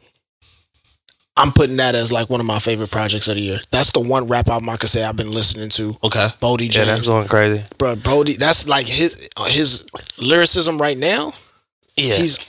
S2: I'm putting that as like one of my favorite projects of the year. That's the one rap album I could say I've been listening to.
S1: okay,
S2: Bodie
S3: yeah, that's
S2: James,
S3: going crazy.
S2: bro. Bodie, that's like his his lyricism right now.
S3: Yeah,
S2: He's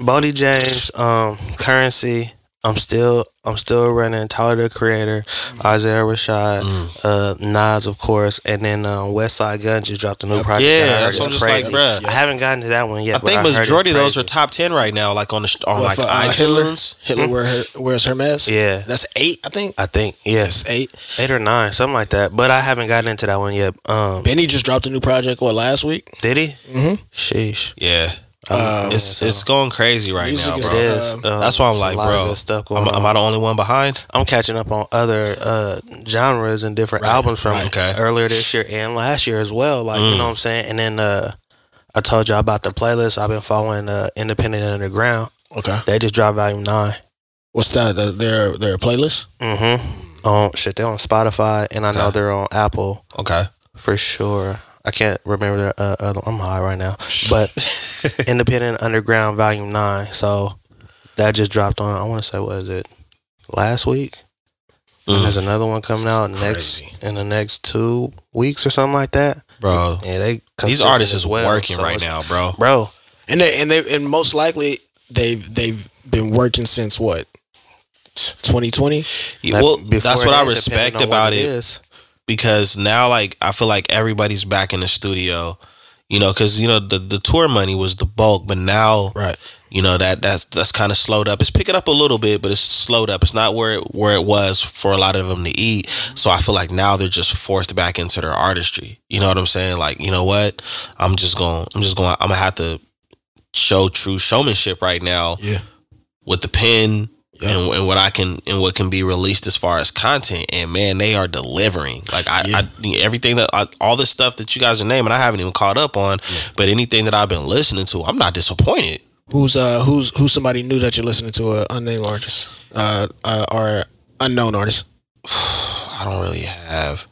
S3: Bodie James, um, Currency. I'm still, I'm still running Tyler the Creator,
S1: Mm-hmm.
S3: Isaiah Rashad, uh, Nas, of course, and then um, West Side Gun just dropped a new project.
S1: Yeah,
S3: that I heard
S1: that's
S3: is
S1: what I'm just like, bruh.
S3: I haven't gotten to that one yet.
S1: I think majority of those are top ten right now, like on the sh- on
S2: What,
S1: like
S2: for, uh, Hitler?
S1: iTunes.
S2: Hitler. Where her, where's Hermes?
S3: yeah,
S2: that's eight. I think
S3: I think yes,
S2: that's eight.
S3: eight or nine, something like that. But I haven't gotten into that one yet. Um,
S2: Benny just dropped a new project. What last week?
S3: did he?
S2: Mm-hmm.
S3: Sheesh.
S1: Yeah,
S3: Um,
S1: it's it's going crazy right
S2: Music
S1: now,
S2: is
S1: bro.
S3: It is.
S2: Um,
S3: Um,
S1: That's why I'm
S3: it's
S1: like,
S3: a lot
S1: bro,
S3: Of good stuff going
S1: Am,
S3: on.
S1: am I the only one behind?
S3: I'm catching up on other uh, genres and different albums from
S1: right, okay.
S3: earlier this year and last year as well. Like
S1: Mm.
S3: you know what I'm saying. And then uh, I told y'all about the playlist. I've been following uh, Independent Underground.
S2: Okay.
S3: They just dropped Volume Nine.
S2: What's that? Uh, their their playlist?
S3: Mm-hmm. Um, shit, they're on Spotify, and I know
S1: Okay.
S3: they're on Apple
S1: Okay,
S3: for sure. I can't remember the uh, other. I'm high right now, but Independent Underground Volume Nine. So that just dropped on. I want to say what is it? Last week. And
S1: Mm,
S3: there's another one coming out next
S2: Crazy.
S3: in the next two weeks or something like that.
S1: bro.
S3: Yeah, they
S1: These
S3: consistent
S1: artists
S3: as
S1: is
S3: well,
S1: working
S3: so
S1: right
S3: it's-
S1: now, bro.
S3: bro.
S2: And they and they and most likely they've they've been working since what? 2020.
S3: that-
S1: Well,
S3: before
S1: that's what I
S3: that, depending
S1: respect
S3: on what
S1: about it.
S3: is.
S1: because now like I feel like everybody's back in the studio, you know, because you know the the tour money was the bulk, but now
S2: Right.
S1: you know that that's that's kind of slowed up. It's picking up a little bit, but it's slowed up. It's not where it, where it was for a lot of them to eat. So I feel like now they're just forced back into their artistry. You know what I'm saying? Like you know what? I'm just going. to I'm just going. to I'm gonna have to show true showmanship right now
S2: Yeah.
S1: with the pen.
S2: Yeah.
S1: And, and what I can and what can be released as far as content, and man, they are delivering. Like I,
S2: Yeah.
S1: I everything that I, all this stuff that you guys are naming, I haven't even caught up on. But anything that I've been listening to, I'm not disappointed.
S2: Who's uh who's who's somebody new that you're listening to a unnamed artist uh, uh or unknown artist?
S1: I don't really have.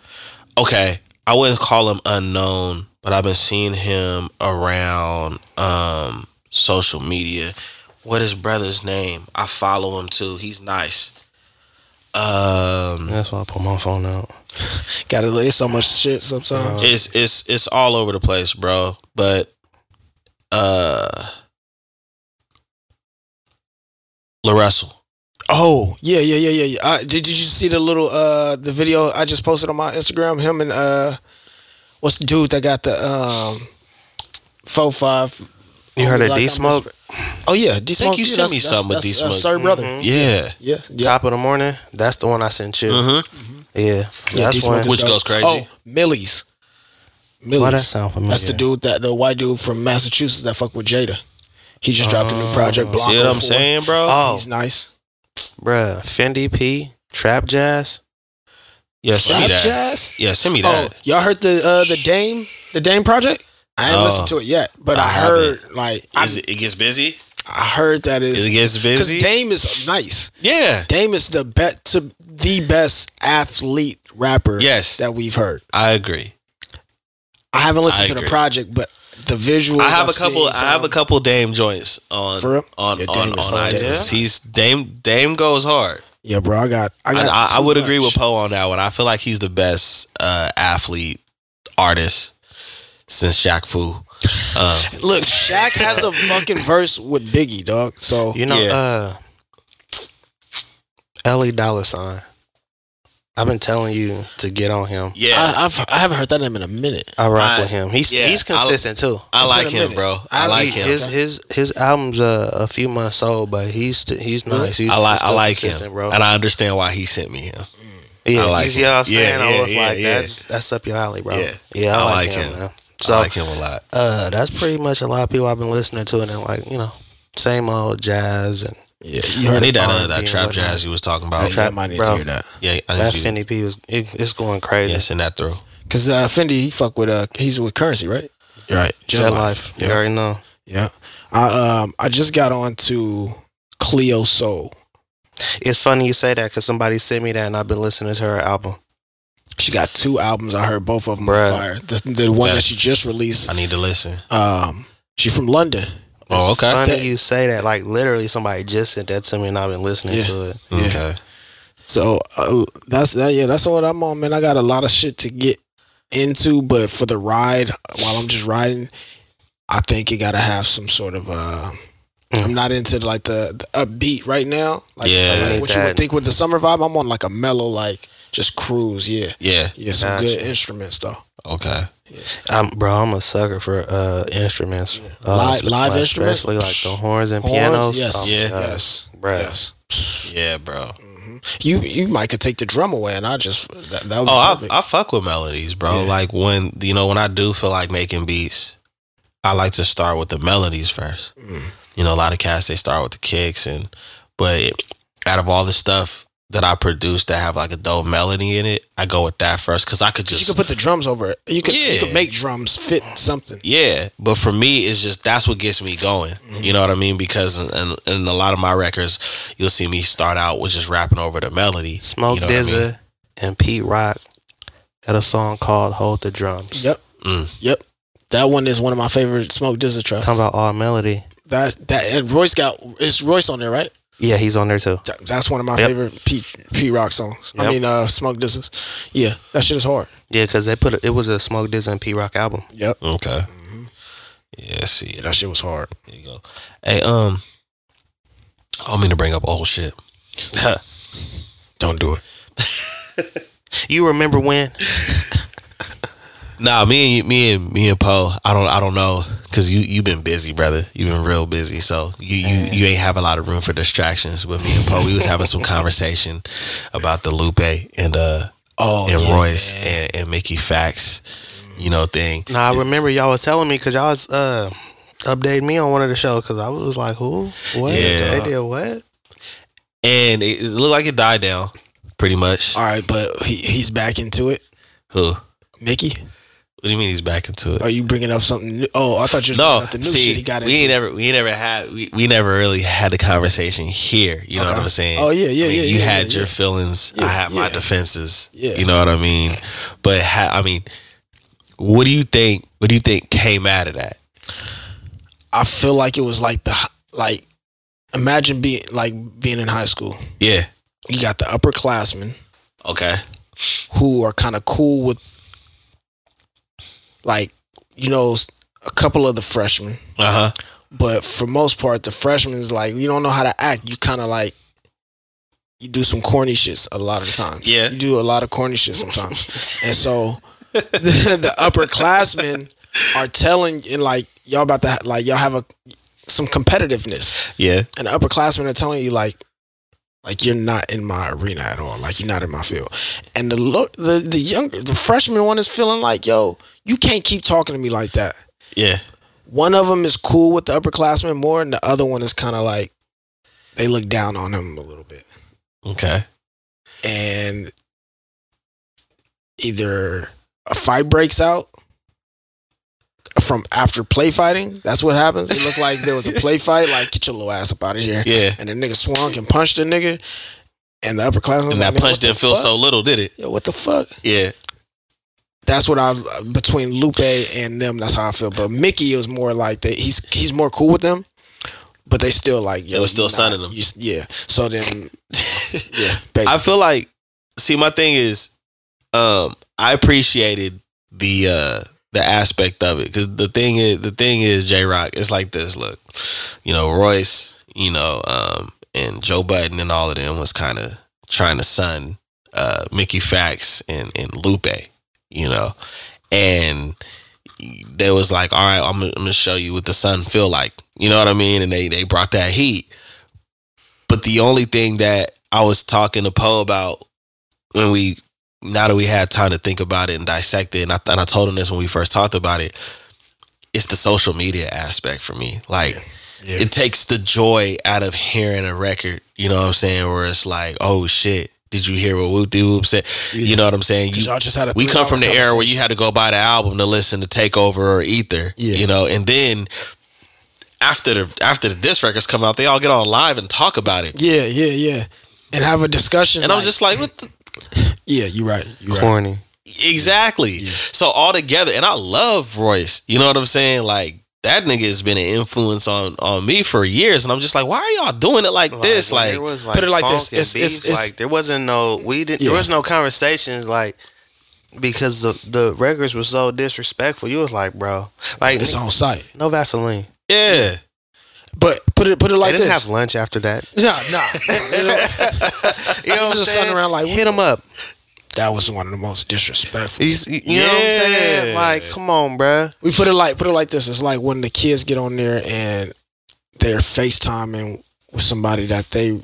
S1: Okay, I wouldn't call him unknown, but I've been seeing him around um social media. What is brother's name? I follow him too. He's nice. Um
S3: That's why I put my phone out.
S2: Got to it's so much shit sometimes.
S1: it's it's it's all over the place, bro. But uh LaRussell.
S2: Oh yeah yeah yeah yeah. yeah. I, did, did you see the little uh the video I just posted on my Instagram? Him and uh what's the dude that got the um four five?
S3: You heard
S2: Only
S3: of
S2: Black
S3: D
S2: Diamond
S3: Smoke?
S2: Oh yeah, D Smoke.
S1: you
S2: yeah,
S1: sent
S2: that's-
S1: me
S2: that's-
S1: something with
S2: that's,
S1: D-Smoke. Mm-hmm.
S2: Uh, sir, brother.
S3: Mhm.
S1: Yeah.
S2: Yeah, yeah.
S3: Top of the morning. That's the one I sent you.
S1: Mm-hmm.
S3: Yeah,
S2: Yeah,
S3: that's
S2: D-Smoke
S3: one.
S2: is
S1: Which
S2: dope.
S1: goes crazy.
S2: Oh, Millie's. Millie's.
S3: Why that sound familiar?
S2: That's the dude that the white dude from Massachusetts that fuck with Jada. He just dropped a new project.
S1: Oh.
S2: Blanco
S1: See what I'm
S2: 4.
S1: saying, bro?
S3: Oh.
S2: He's nice.
S3: Bruh, Fendi P, Trap Jazz.
S1: yeah, send me
S2: Rap
S1: that.
S2: jazz.
S1: Yeah, send me
S2: Oh,
S1: that.
S2: y'all heard the uh, the Dame the Dame project? I ain't
S1: Oh.
S2: listened to it yet, but
S1: I
S2: I, heard like I,
S1: Is it, it gets busy?
S2: I heard that
S1: It
S2: is
S1: gets
S2: because
S1: busy.
S2: Dame is nice.
S1: yeah.
S2: Dame is the bet to the best athlete rapper
S1: Yes.
S2: that we've heard.
S1: I agree.
S2: I haven't listened
S1: I
S2: to the
S1: agree.
S2: project, but the visuals
S1: I have
S2: I've
S1: a couple.
S2: seen
S1: I have a
S2: sound-
S1: couple Dame joints on
S2: For real?
S1: on
S2: Yeah,
S1: on, on
S2: Dame is solid.
S1: iTunes.
S3: Yeah.
S1: He's Dame. Dame goes hard.
S2: Yeah, bro, I got. I
S1: I,
S2: got.
S1: I, I
S2: too
S1: would agree
S2: much.
S1: with Poe on that one. I feel like he's the best uh, athlete artist since Shaq Fu. Um,
S2: Look, Shaq has a fucking verse with Biggie, dog. So
S3: You know,
S1: Yeah.
S3: uh, Ellie Dollar Sign. I've been telling you to get on him.
S1: yeah,
S2: I, I've I haven't heard that name in a minute.
S3: I rock
S1: I-
S3: with him. He's
S1: yeah,
S3: he's
S1: I-
S3: consistent too.
S1: I,
S2: it's
S1: like
S2: been a
S1: him,
S2: minute.
S1: bro.
S2: I
S1: I like
S2: like
S1: him.
S3: His
S2: Okay.
S3: his his album's uh, a few months old, but he's st- he's nice. He's
S1: I like I
S3: still
S1: like him,
S3: consistent, bro.
S1: and I understand why he sent me him.
S3: yeah,
S1: I like
S3: he's,
S1: him.
S3: yeah, I'm saying
S1: Yeah,
S3: I
S1: yeah,
S3: was
S1: yeah,
S3: like
S1: yeah.
S3: that's that's up your alley, bro.
S1: Yeah.
S3: Yeah, I, like, him. man. So
S1: I like him a lot.
S3: uh, that's pretty much a lot of people I've been listening to, and they're like you know, same old jazz and
S2: Yeah, you
S1: I
S2: heard
S1: need that uh,
S3: R&B
S1: that
S3: and
S1: trap
S3: whatnot.
S1: jazz you was talking
S2: I
S1: about.
S3: trap-
S2: might need
S3: bro.
S2: to hear that.
S1: Yeah, I
S3: that
S1: need you.
S3: Fendi E P was it, it's going crazy.
S1: Yeah, send that through.
S2: Cause uh, Fendi, he fuck with uh, he's with Currency, right? Right,
S3: Jet life, you
S2: Yeah,
S3: already know.
S2: yeah. I um, I just got on to Cleo Soul.
S3: It's funny you say that because somebody sent me that, and I've been listening to her album.
S2: She got two albums. I heard both of them
S3: Bruh.
S2: fire. The, the one
S1: Yeah.
S2: that she just released.
S1: I need to listen.
S2: Um, she from London.
S1: Oh, okay.
S3: Funny
S2: That-
S3: you say that. Like literally, somebody just sent that to me, and I've been listening
S2: Yeah.
S3: to it.
S2: Yeah.
S1: Okay.
S2: So uh, that's that. Yeah, that's what I'm on, man. I got a lot of shit to get into, but for the ride, while I'm just riding, I think you gotta have some sort of. uh
S3: Mm.
S2: I'm not into like the, the upbeat right now. Like,
S1: Yeah.
S2: like
S1: I
S3: need
S2: what you
S3: that.
S2: would think with the summer vibe. I'm on like a mellow, like just cruise. Yeah,
S1: Yeah.
S2: yeah, some
S3: Gotcha.
S2: good instruments though.
S1: Okay.
S3: I'm, bro, I'm a sucker for uh instruments, uh,
S2: Live-
S3: spe-
S2: live
S3: like,
S2: instruments?
S3: especially like the horns and
S2: Horns,
S3: pianos.
S2: yes,
S3: Oh,
S1: Yeah.
S3: my God.
S2: yes,
S3: Bruh.
S2: yes.
S1: Yeah, bro.
S2: hmm You you might could take the drum away, and I just that, that would be
S1: Oh,
S2: perfect.
S1: I, I fuck with melodies, bro.
S2: Yeah.
S1: Like when you know when I do feel like making beats, I like to start with the melodies first.
S2: Mm.
S1: You know, a lot of cats they start with the kicks, and but out of all the stuff that I produce that have like a dope melody in it, I go with that first because I could
S2: you
S1: just
S2: could put the drums over it. You could you
S1: Yeah.
S2: could make drums fit something.
S1: Yeah, but for me, it's just that's what gets me going.
S2: Mm-hmm.
S1: You know what I mean? Because in, in, in a lot of my records, you'll see me start out with just rapping over the melody.
S3: Smoke
S1: you know what I
S3: Dizza
S1: mean?
S3: and Pete Rock got a song called "Hold the Drums."
S2: Yep.
S1: Mm.
S2: Yep. That one is one of my favorite Smoke Dizzle tracks.
S3: Talking about all melody.
S2: That that and Royce got it's Royce on there, right?
S3: Yeah, he's on there too.
S2: Th- That's one of my
S3: Yep.
S2: favorite P P Rock songs. I
S3: Yep.
S2: mean, uh, Smoke Distance. Yeah, that shit is hard.
S3: Yeah, because they put a, it was a Smoke Diz and P Rock album.
S2: Yep.
S1: Okay.
S2: Mhm.
S1: Yeah, see.
S2: Yeah, that shit was hard.
S1: There you go. Hey, um, I don't mean to bring up old shit.
S2: Don't do it.
S3: You remember when?
S1: Nah, me and me and me and Poe. I don't I don't know because you you've been busy, brother. You've been real busy, so you you
S2: Mm.
S1: you ain't have a lot of room for distractions with me and Poe. We was having some conversation about the Lupe and uh
S2: Oh,
S1: and
S2: yeah.
S1: Royce and, and Mickey Facts, you know thing.
S3: Nah, I remember y'all was telling me because y'all was uh updating me on one of the shows because I was like, who? What?
S1: Yeah.
S3: They did what?
S1: And it, it looked like it died down, pretty much.
S2: All right, but he, he's back into it.
S1: Who? What
S2: Mickey,
S1: do you mean he's back into it?
S2: are you bringing up something? New? Oh, I thought you were bringing
S1: No,
S2: up the new
S1: see,
S2: shit he got
S1: we
S2: into.
S1: ain't never, we ain't never had, we, we never really had a conversation here. You know
S2: Okay.
S1: what I'm saying?
S2: Oh yeah, yeah,
S1: I mean,
S2: yeah.
S1: you
S2: yeah,
S1: had
S2: yeah,
S1: your feelings.
S2: Yeah,
S1: I had my
S2: yeah.
S1: defenses.
S2: Yeah.
S1: You know what I mean? But ha- I mean, what do you think? What do you think came out of that?
S2: I feel like it was like the hi- like. Imagine being like being in high school.
S1: Yeah.
S2: You got the upperclassmen
S1: Okay.
S2: who are kind of cool with, like, you know, s- a couple of the freshmen.
S1: Uh huh.
S2: But for most part, the freshmen is like you don't know how to act. You kind of like you do some corny shits a lot of the time.
S1: Yeah.
S2: you do a lot of corny shit sometimes. and so the, the upperclassmen are telling and like y'all about to ha- like y'all have a some competitiveness,
S1: Yeah.
S2: and the upperclassmen are telling you like like you're not in my arena at all. Like you're not in my field. And the lo- the the younger the freshman one is feeling like yo, you can't keep talking to me like that
S1: Yeah.
S2: one of them is cool with the upperclassmen more, and the other one is kind of like they look down on him a little bit.
S1: Okay.
S2: And either a fight breaks out from after play fighting. That's what happens. It looked like there was a play fight. Like get your little ass up out of here.
S1: Yeah.
S2: And the nigga swung and punched the nigga, and the
S1: And
S2: upperclassmen. like,
S1: that
S2: "Man,
S1: punch
S2: what the
S1: didn't feel
S2: fuck?
S1: so little, did it?
S2: Yo, what the fuck?
S1: Yeah.
S2: That's what I between Lupe and them. That's how I feel. But Mickey is more like that. He's he's more cool with them, but they still like yo,
S1: They was still
S2: you not-
S1: signing them.
S2: you s- yeah. So then yeah,
S1: I
S2: basically.
S1: feel like see my thing is um I appreciated the uh the aspect of it cuz the thing is the thing is J-Rock it's like this look you know Royce you know um and Joe Budden and all of them was kind of trying to sun uh Mickey Fax and and Lupe you know and they was like all right I'm, gonna- I'm going to show you what the sun feel like you know what I mean and they they brought that heat but the only thing that I was talking to Poe about when we, now that we had time to think about it and dissect it, and I, and I told him this when we first talked about it, it's the social media aspect for me. Like,
S2: yeah.
S1: it takes the joy out of hearing a record, you know what I'm saying? Where it's like, oh shit, did you hear what Whoop De Whoop said? You know what I'm saying?
S2: 'Cause
S1: You,
S2: y'all just had a
S1: we come
S2: three-hour
S1: from the era where you
S2: conversation.
S1: had to go buy the album to listen to Takeover or Ether,
S2: Yeah.
S1: you know, and then after the after the disc records come out, they all get on live and talk about it.
S2: yeah yeah yeah and have a discussion.
S1: And I'm
S2: like-
S1: just like, what the?
S2: yeah, you're right. You're right.
S3: Corny.
S1: Exactly. So all together, and I love Royce. You know what I'm saying? Like that nigga has been an influence on on me for years, and I'm just like, why are y'all doing it like, this?
S3: when
S1: Like,
S3: there was,
S2: put it like this,
S3: funk and
S2: it's- it's-
S3: beef,
S2: it's-
S3: like there wasn't no we didn't
S2: Yeah.
S3: there was no conversations like because the the records were so disrespectful. You was like, bro, like
S2: It's on site,
S3: no Vaseline.
S1: yeah,
S2: but put it put it
S3: I
S2: like
S3: didn't
S2: this.
S3: have lunch after that.
S2: Nah, nah.
S3: You know what I'm
S2: Just
S3: saying?
S2: sitting around like,
S3: hit them up.
S2: that was one of the most disrespectful.
S3: You, s- you know what I'm saying?
S1: Yeah.
S3: Like, come on, bruh.
S2: We put it like put it like this. It's like when the kids get on there and they're FaceTiming with somebody that they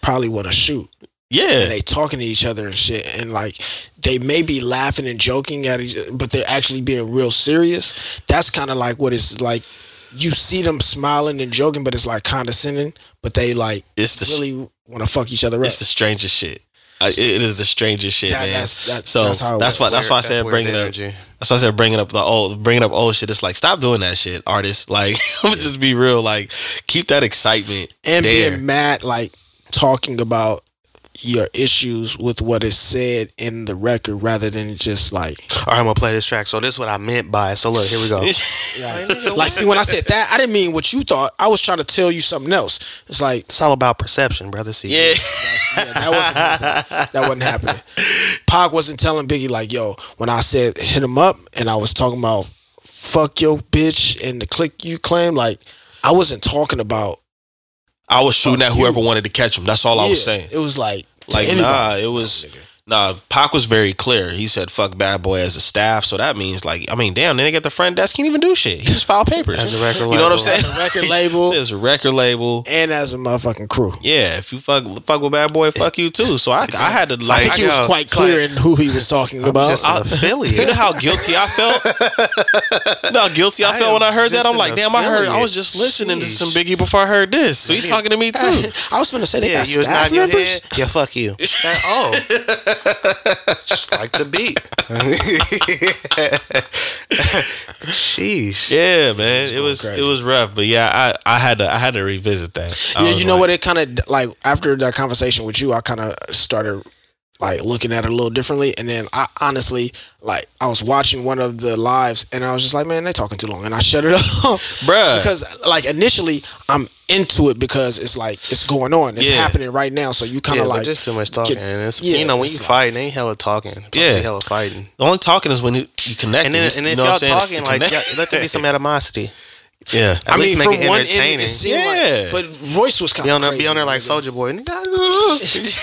S2: probably want to shoot. And
S1: yeah,
S2: they talking to each other and shit. And like they may be laughing and joking at each but they're actually being real serious. That's kind of like what it's like. You see them smiling and joking, but it's like condescending. But they like
S1: it's the sh-
S2: really want to fuck each other up.
S1: it's the strangest shit. I, it it is the strangest shit,
S2: That-
S1: man.
S2: that's- that-
S1: so
S2: that's how it
S1: that's
S2: was.
S1: why that's why I said
S3: weird
S1: bring it up.
S3: energy.
S1: That's why I said bringing up the old, bringing up old shit. It's like stop doing that shit, artists. Like I'm gonna just be real. Like keep that excitement
S2: and
S1: there.
S2: being mad, like talking about your issues with what is said in the record rather than just like
S3: All right, I'm gonna play this track. So this is what I meant by it. So look, here we go.
S2: like, see when I said that I didn't mean what you thought I was trying to tell you something else it's like
S3: It's all about perception, brother. See,
S1: yeah.
S2: yeah, that wasn't happening. that wasn't happening Pac wasn't telling Biggie like yo when I said hit him up and I was talking about fuck your bitch and the click you claim like I wasn't talking about
S1: I was shooting at whoever wanted to catch him. That's all I was
S2: Yeah,
S1: saying.
S2: it was like to
S1: Like,
S2: anybody.
S1: nah, it was nah. Pac was very clear. He said, "Fuck Bad Boy" as a staff. So that means, like, I mean, damn, then they get the front desk. He didn't even do shit. He just filed papers.
S3: As a record
S1: you know what I'm
S3: label.
S1: saying?
S2: As a record label.
S1: There's a record label.
S2: and as a motherfucking crew
S1: Yeah, if you fuck fuck with Bad Boy, fuck you too. So I I had to
S3: I
S1: like.
S3: think
S2: he was
S3: yo,
S2: quite
S3: it's like-
S2: clear in who he was talking about
S3: just
S1: I-
S3: an affiliate.
S1: You know how guilty I felt. You know how guilty I,
S3: I
S1: felt when I
S3: am
S1: heard that.
S3: just
S1: I'm
S3: an
S1: like, damn, I heard. I
S3: affiliate.
S1: was just listening to
S3: Jeez.
S1: some Biggie before I heard this. So he talking to me too.
S2: I was gonna say they
S3: yeah,
S2: got
S3: you was
S2: staff
S3: nodding your
S2: members.
S3: head. Yeah, fuck you. Like, oh, just like the beat. Sheesh.
S1: Yeah, man, it was
S2: crazy.
S1: it was rough, but yeah, I I had to I had to revisit that. I
S2: yeah,
S1: was
S2: you know
S1: like,
S2: what? It kind of like after that conversation with you, I kind of started like looking at it a little differently. And then I honestly, like, I was watching one of the lives, and I was just like, man, they're talking too long, and I shut it off.
S1: bruh?
S2: Because like initially, I'm into it because it's like it's going on, it's
S1: Yeah.
S2: happening right now. So you kind
S3: Yeah,
S2: of
S3: like,
S2: like,
S3: just too much talking. and it's,
S2: yeah,
S3: you know, when
S2: it's
S3: you
S2: like-
S3: fighting, ain't hella talking. Talk,
S1: Yeah.
S3: they hella fighting.
S1: the only talking is when you, you connect.
S3: And then,
S1: you
S3: and if
S1: know
S3: y'all
S1: what I'm saying?
S3: talking,
S1: You
S3: like, y'all,
S1: connect.
S3: let there be some animosity.
S1: yeah,
S3: At
S2: I
S3: least
S2: mean,
S3: make
S2: from
S3: it
S2: one end,
S3: entertaining.
S2: it seemed
S1: Yeah.
S2: like, but Royce was kind
S3: Be on,
S2: of
S3: there, be on there like Soldier Boy. Nigga.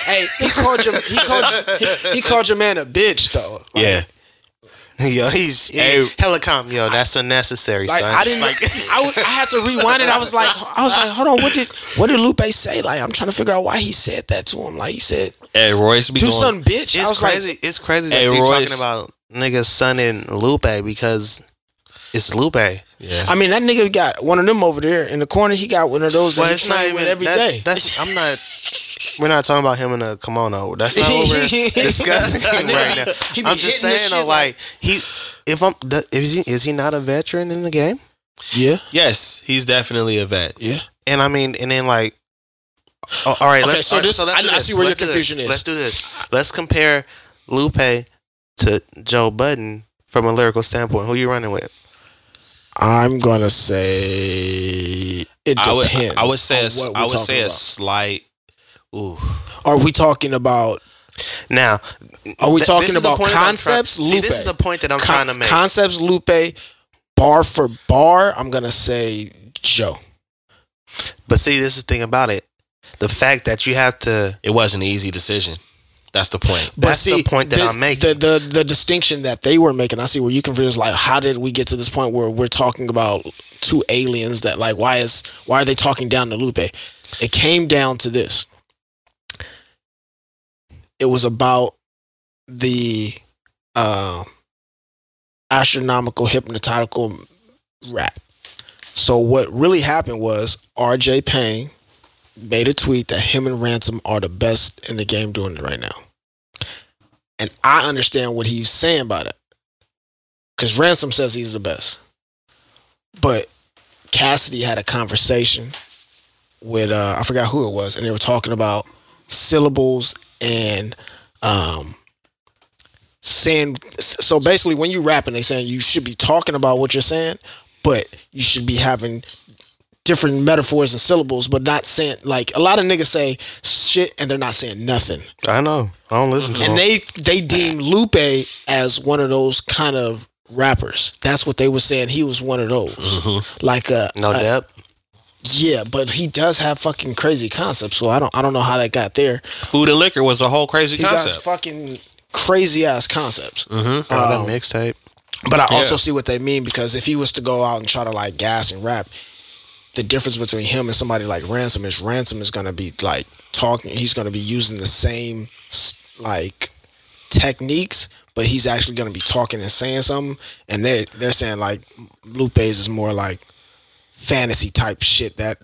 S2: Hey, he called your he called he, he called your man a bitch though. Like,
S1: yeah.
S3: yo, he's he,
S1: Hey.
S3: hella calm. Yo, that's unnecessary,
S2: Like
S3: son.
S2: I didn't.
S3: Like,
S2: I, was, I had to rewind it. I was like, I was like, hold on, what did what did Lupe say? Like, I'm trying to figure out why he said that to him. Like, he said,
S1: Hey, Royce, be
S2: "Do
S1: going-
S2: something, bitch." I
S3: it's
S2: was
S3: crazy.
S2: like,
S3: it's crazy that
S1: Hey,
S3: you're
S1: Royce.
S3: talking about niggas son and Lupe because it's Lupe.
S1: Yeah,
S2: I mean, that nigga got one of them over there in the corner. He got one of those.
S3: Well,
S2: that
S3: it's not even
S2: every
S3: that-
S2: day.
S3: That's I'm not. We're not talking about him in a kimono. That's not what we're discussing right now.
S2: He be
S3: I'm just
S2: hitting this
S3: saying, though,
S2: shit
S3: like he, if I'm, the- is he, is he not a veteran in the game?
S2: yeah,
S1: yes, he's definitely a vet.
S2: yeah.
S3: And I mean, and then like, oh, all right,
S2: Okay,
S3: let's.
S2: so
S3: all right,
S2: this- I-
S3: do
S2: I see where your
S3: Let's do this.
S2: confusion is.
S3: Let's do this. Let's compare Lupe to Joe Budden from a lyrical standpoint. Who you running with?
S2: I'm gonna say it
S1: I would
S2: depends.
S1: I would say a,
S2: on what we're
S1: I would
S2: talking
S1: say a
S2: about.
S1: slight. Ooh,
S2: Are we talking about?
S3: Now,
S2: Are we
S3: th- this
S2: talking
S3: is the
S2: about
S3: point that I'm try-
S2: concepts?
S3: See,
S2: Lupe.
S3: this is the point that I'm
S2: Con-
S3: trying to make.
S2: Concepts Lupe, bar for bar, I'm gonna say Joe.
S3: But see, this is the thing about it. The fact that you have to.
S1: it wasn't an easy decision. That's the point.
S2: But
S3: That's the point that I'm making.
S2: The, the the distinction that they were making, I see where you confused. Like, how did we get to this point where we're talking about two aliens? That like, why is why are they talking down to Lupe? It came down to this. It was about the uh, astronomical hypnotical rap. So what really happened was R.J. Payne made a tweet that him and Ransom are the best in the game doing it right now. And I understand what he's saying by that. Because Ransom says he's the best. But Cassidy had a conversation with, uh, I forgot who it was, and they were talking about syllables and um, saying. So basically, when you're rapping, they saying you should be talking about what you're saying, but you should be having different metaphors and syllables, but not saying, like, a lot of niggas say shit and they're not saying nothing
S3: I know. I don't listen to him.
S1: Uh-huh.
S2: and they they deem Lupe as one of those kind of rappers. That's what they were saying. He was one of those,
S1: Mm-hmm.
S2: like a
S3: no
S2: a-
S3: depth.
S2: yeah. But he does have fucking crazy concepts. So I don't I don't know how that got there.
S1: Food and liquor was a whole crazy
S2: He does
S1: concept.
S2: fucking crazy ass concepts.
S1: mm-hmm.
S3: Oh,
S2: Um,
S3: that mixtape.
S2: But I also
S1: Yeah.
S2: see what they mean because if he was to go out and try to like gas and rap, the difference between him and somebody like Ransom is Ransom is gonna be like talking. He's gonna be using the same s- like techniques, but he's actually gonna be talking and saying something. And they they're saying like Lupe's is more like fantasy type shit that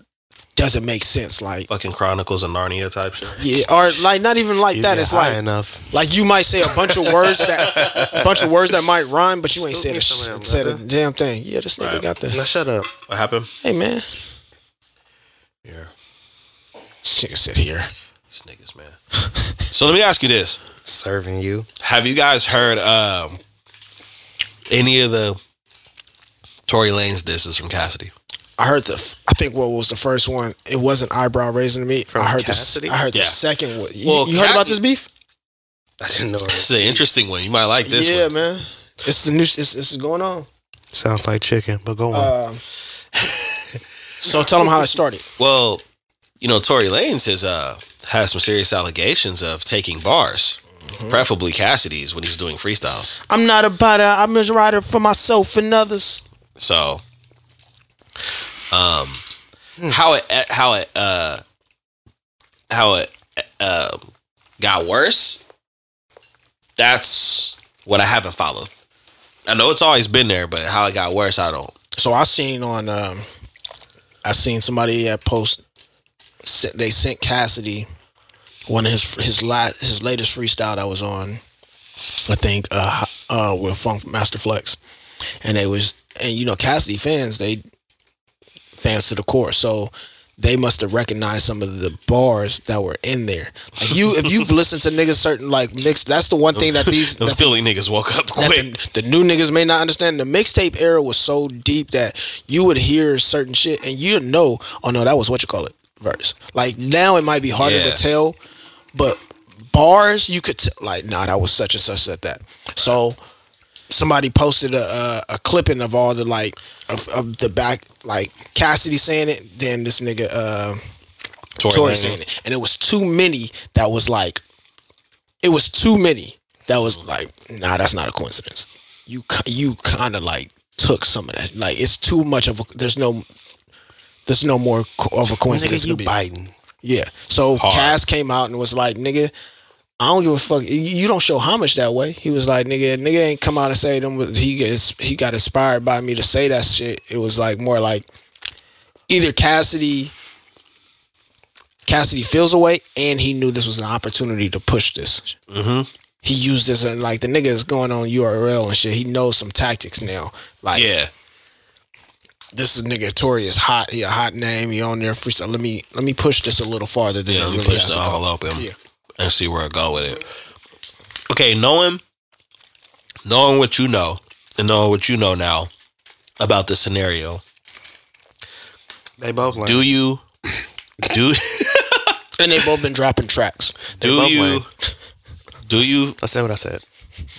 S2: doesn't make sense. Like
S1: Fucking Chronicles of Narnia type shit.
S2: yeah, or like not even like
S3: You
S2: that.
S3: get
S2: It's
S3: high
S2: like
S3: enough.
S2: like you might say a bunch of words that a bunch of words that might rhyme, but you ain't said a,
S3: Spook me some
S2: sh-
S3: of them,
S2: said a
S3: brother.
S2: damn thing. Yeah, this nigga
S1: Right.
S2: got that.
S3: Now shut up.
S1: What happened?
S2: Hey man,
S1: Yeah.
S2: this nigga sit here.
S1: These niggas, man. so let me ask you this:
S3: Serving you.
S1: Have you guys heard um, any of the Tory Lane's disses from Cassidy?
S2: I heard the. f- I think what was the first one? It wasn't eyebrow raising to me.
S3: From
S2: I heard
S3: Cassidy?
S2: the. s- I heard
S1: Yeah.
S2: the second one. You,
S1: Well,
S2: you heard
S1: Cat-
S2: about this beef?
S3: I didn't know. It
S1: This is an interesting one. You might like this
S2: yeah,
S1: one.
S2: man. It's the new. It's, it's it's going on.
S3: sounds like chicken, but go on.
S2: Um, so tell them how it started.
S1: Well, you know, Tory Lanez has uh has some serious allegations of taking bars, preferably Cassidy's when he's doing freestyles.
S2: I'm not a biter. I'm a rider for myself and others.
S1: So, um, how it how it uh how it uh, got worse? That's what I haven't followed. I know it's always been there, but how it got worse, I don't.
S2: So I seen on. Um, I seen somebody at post. sent- They sent Cassidy one of his his la- his latest freestyle that was on. I think uh, uh, with Funk Master Flex, and they was and you know Cassidy fans they fans to the core. So they must have recognized some of the bars that were in there. Like you, if you've listened to niggas certain like mix, that's the one thing that these
S1: The
S2: that
S1: Philly niggas woke up
S2: that
S1: quick.
S2: the, the new niggas may not understand. The mixtape era was so deep that you would hear certain shit and you'd know, oh no, that was what you call it verse. Like now it might be harder
S1: Yeah.
S2: to tell, but bars you could t- like, nah, that was such and such at that. So somebody posted a, a, a clipping of all the like of, of the back like Cassidy saying it, then this nigga uh,
S1: Tory
S2: Tory
S1: Lanez.
S2: saying it, and it was too many that was like, it was too many that was like, nah, that's not a coincidence. You ki- you kind of like took some of that. Like it's too much of a. There's no. There's no more co- of a coincidence.
S3: Nigga, you
S2: could be.
S3: biting.
S2: Yeah. So
S1: Hard.
S2: Cass came out and was like, nigga, I don't give a fuck. You- You don't show homage that way. He was like, nigga, nigga ain't come out and say them. was- He gets, he got inspired by me to say that shit. It was like more like either Cassidy. Cassidy feels away, and he knew this was an opportunity to push this.
S1: Mhm.
S2: He used this, and like the nigga is going on URL and shit. He knows some tactics now. Like,
S1: Yeah.
S2: this is nigga Tory is hot. He a hot name. He on there freestyle. Let me let me push this a little farther than
S1: Yeah,
S2: it
S1: let me
S2: really
S1: push
S2: has
S1: the
S2: to go.
S1: envelope and,
S2: Yeah.
S1: and see where I go with it. Okay, knowing knowing what you know and knowing what you know now about the scenario,
S3: They both lame.
S1: do you do
S2: And they both been dropping tracks.
S1: do
S3: both
S1: you
S3: lame.
S1: do you
S3: I said what I said.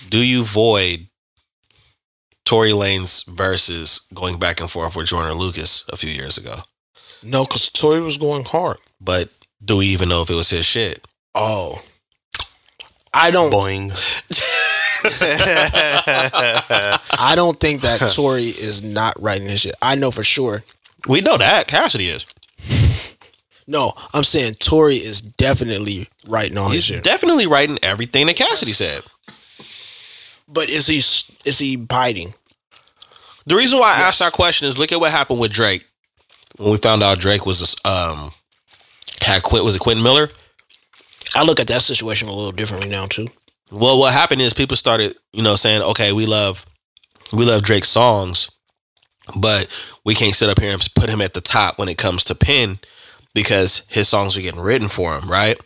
S1: do you void Tory Lane's verses going back and forth with Joyner Lucas a few years ago?
S2: No, because Tory was going hard.
S1: But do we even know if it was his shit?
S2: Oh. I don't
S3: Boing.
S2: I don't think that Tory is not writing this shit. I know for sure.
S1: We know that Cassidy is.
S2: No, I'm saying Tory is definitely writing on his
S1: He's
S2: Oh, shit.
S1: definitely writing everything that Cassidy said.
S2: but is he s- is he biting?
S1: The reason why I asked that question is look at what happened with Drake when we found out Drake was um had Quint was it Quentin Miller.
S2: I look at that situation a little differently now too.
S1: Well, what happened is people started you know saying okay we love we love Drake's songs, but we can't sit up here and put him at the top when it comes to pen because his songs are getting written for him, right?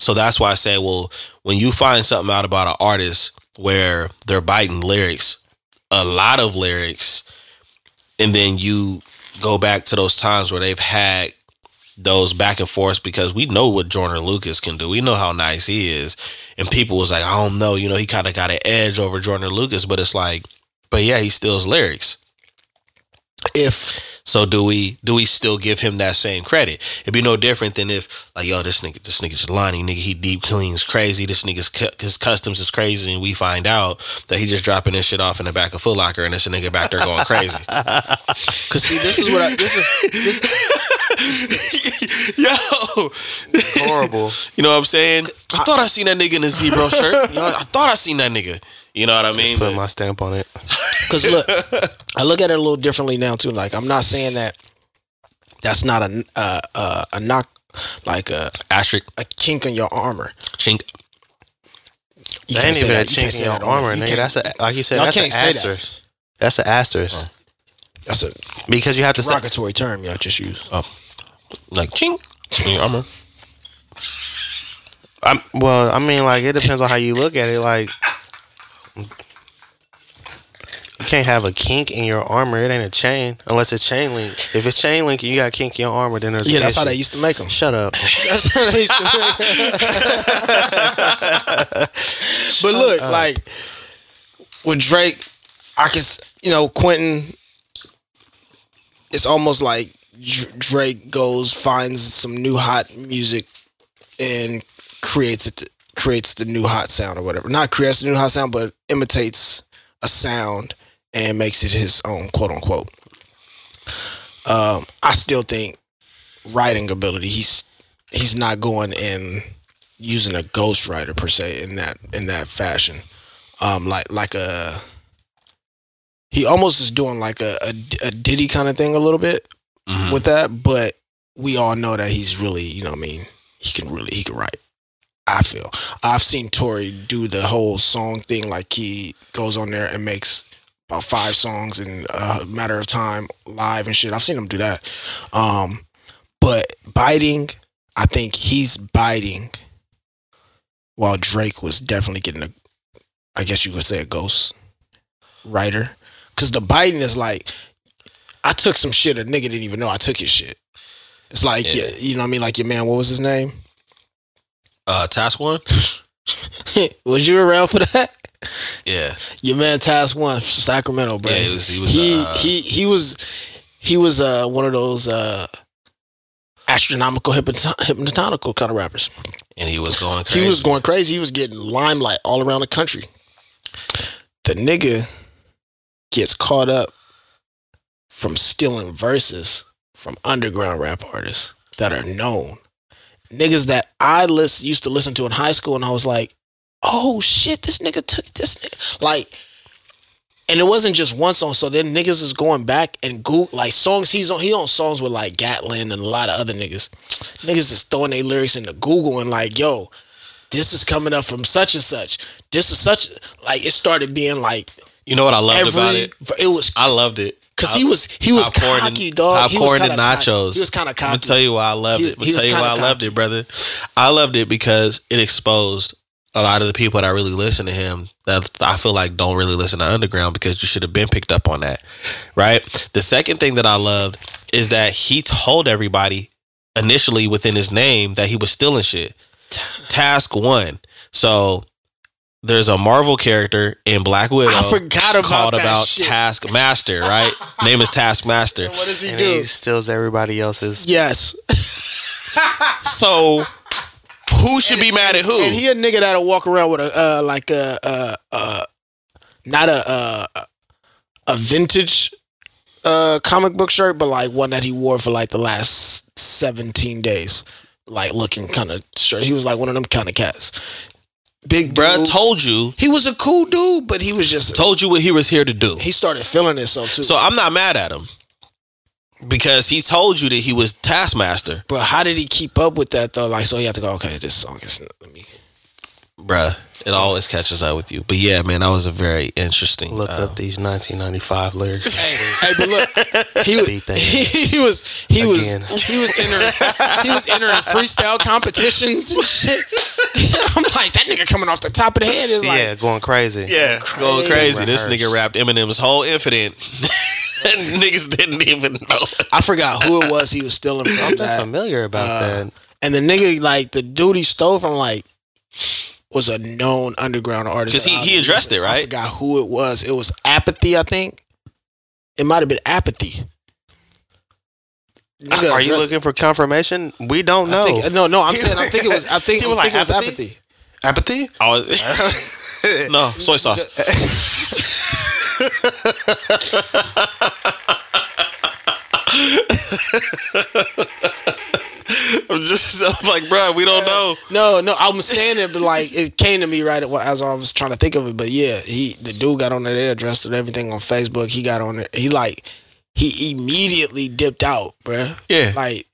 S1: So that's why I say, well, when you find something out about an artist where they're biting lyrics, a lot of lyrics, and then you go back to those times where they've had those back and forths because we know what Jordan Lucas can do. We know how nice he is. And people was like, I don't know, you know, he kind of got an edge over Jordan Lucas, but it's like, but yeah, he steals lyrics.
S2: If
S1: So do we do we still give him that same credit? It'd be no different than if like yo this nigga this nigga's Jelani nigga he deep cleans crazy this nigga's cu- his customs is crazy and we find out that he just dropping this shit off in the back of Foot Locker and it's a nigga back there going crazy.
S2: cause see this is what I this is
S1: yo,
S3: Horrible.
S1: you know what I'm saying? I thought I seen that nigga in a zebra shirt. You know, I thought I seen that nigga. You know what I mean?
S3: Put
S1: But
S3: my stamp on it.
S2: Because look, I look at it a little differently now too. Like I'm not saying that that's not a uh, uh, a knock, like a
S1: asterisk
S2: a kink in your armor.
S1: chink.
S2: You
S3: That
S2: can't
S3: ain't
S2: say
S3: even a
S2: that. You can't
S3: chink
S2: say
S3: in your
S2: that on it.
S3: armor,
S2: You
S3: nigga.
S2: can't-
S3: That's a like you said.
S2: Y'all
S3: That's an
S2: can't say that.
S3: asterisk. That's an
S2: Oh.
S3: asterisk
S2: that's a
S3: because you have to say
S2: derogatory term y'all just used.
S1: like chink. Yeah, I'm a-
S3: I'm, well, I mean, like it depends on how you look at it. Like, you can't have a kink in your armor. It ain't a chain unless it's chain link. If it's chain link, and you got a kink in your armor. Then there's
S2: Yeah,
S3: an
S2: that's how
S3: issue.
S2: they used to make them.
S3: Shut up.
S2: That's how they used to make 'em. But look, like with Drake, I can, s- you know, Quentin. It's almost like Dr- Drake goes finds some new hot music and creates it, creates the new hot sound or whatever. Not creates the new hot sound, but imitates a sound and makes it his own, quote unquote. Um, I still think writing ability. He's he's not going in using a ghostwriter per se in that in that fashion. Um, like like a he almost is doing like a a, a Diddy kind of thing a little bit
S1: Mhm.
S2: with that, but we all know that he's really you know what I mean he can really he can write. I feel I've seen Tori do the whole song thing like he goes on there and makes about five songs in a matter of time live and shit. I've seen him do that. Um, but biting, I think he's biting while Drake was definitely getting a, I guess you could say a ghost writer. Cause the biting is like, I took some shit a nigga didn't even know I took his shit. It's like,
S1: Yeah.
S2: you- you know what I mean? Like your man, what was his name?
S1: Uh, task one.
S2: was you around for that?
S1: Yeah,
S2: Your man Task One, Sacramento, bro.
S1: yeah. He was. He was.
S2: he
S1: uh,
S2: he he was he was uh one of those uh astronomical hypnot- hypnotonical kind of rappers.
S1: and he was going crazy.
S2: He was going crazy. He was getting limelight all around the country. The nigga gets caught up from stealing verses from underground rap artists that are known. Niggas that I list, used to listen to in high school, and I was like, oh shit, this nigga took this nigga. Like, and it wasn't just one song. So then niggas is going back and go like songs he's on. He on songs with like Gatlin and a lot of other niggas. Niggas is throwing their lyrics into Google and like, yo, this is coming up from such and such. This is such like it started being like
S1: You know what I loved
S2: every.
S1: about it?
S2: It was
S1: I loved it
S2: because he was he was
S1: Popcorn and-
S2: cocky, dog. He was
S1: popcorn and
S2: kinda cocky.
S1: nachos.
S2: He was kind of
S1: I'm gonna
S2: cocky.
S1: tell you why I loved
S2: He-
S1: it. I'm
S2: he
S1: gonna tell
S2: was
S1: you why I
S2: kinda
S1: loved
S2: cocky.
S1: it, brother. I loved it because it exposed a lot of the people that really listen to him that I feel like don't really listen to underground because you should have been picked up on that, right? The second thing that I loved is that he told everybody initially within his name that he was stealing shit. Task one. So there's a Marvel character in Black Widow
S2: I forgot about
S1: called
S2: that
S1: about
S2: shit.
S1: Taskmaster, right? Name is Taskmaster.
S2: what does he
S3: And
S2: do?
S3: he steals everybody else's.
S2: Yes,
S1: So who should be mad at who?
S2: and he a nigga that'll walk around with a uh, like a uh, uh, not a uh, a vintage uh, comic book shirt, but like one that he wore for like the last seventeen days, like looking kind of shirt. He was like one of them kind of cats. Big
S1: Bruh
S2: dude.
S1: told you,
S2: he was a cool dude, but he was just
S1: told you what he was here to do.
S2: he started feeling himself too.
S1: So I'm not mad at him because he told you that he was taskmaster,
S2: But how did he keep up with that though? Like, so he had to go. Okay, this song is. Let me.
S1: bruh. It always catches up with you. But yeah, man, that was a very interesting.
S3: Look
S1: uh,
S2: Oh.
S3: up these 1995 lyrics.
S2: Hey, but look, he was
S3: Beat that
S2: he, he was he was
S3: Again.
S2: he was entering he was entering freestyle competitions and shit. I'm like that nigga coming off the top of the head is like
S3: yeah, going crazy.
S1: Yeah, going crazy. This
S3: Rehearse.
S1: nigga rapped Eminem's whole Infinite. and niggas didn't even know.
S2: I forgot who it was he was stealing from
S3: I'm not
S2: that.
S3: familiar about
S2: Uh,
S3: that.
S2: And the nigga like the dude he stole from like was a known underground artist. Uh,
S1: Because he, he addressed it,
S2: I
S1: right?
S2: forgot who it was. It was Apathy, I think. It might have been Apathy. Nigga
S3: Are you
S2: addressed-
S3: looking for confirmation? We don't
S2: I
S3: know.
S2: think- no, no. I'm saying. I think it was. I think
S3: He
S2: I
S3: was
S2: think
S3: like,
S2: it was
S3: apathy?
S2: apathy.
S3: Apathy?
S1: I was- no, soy sauce. I'm just I'm like, bro, we don't know.
S2: No, no. I'm saying it, but like it came to me right at, as I was trying to think of it. But yeah, he the dude got on there, addressed it, everything on Facebook. He got on there. He like he immediately dipped out, bruh.
S1: Yeah,
S2: Like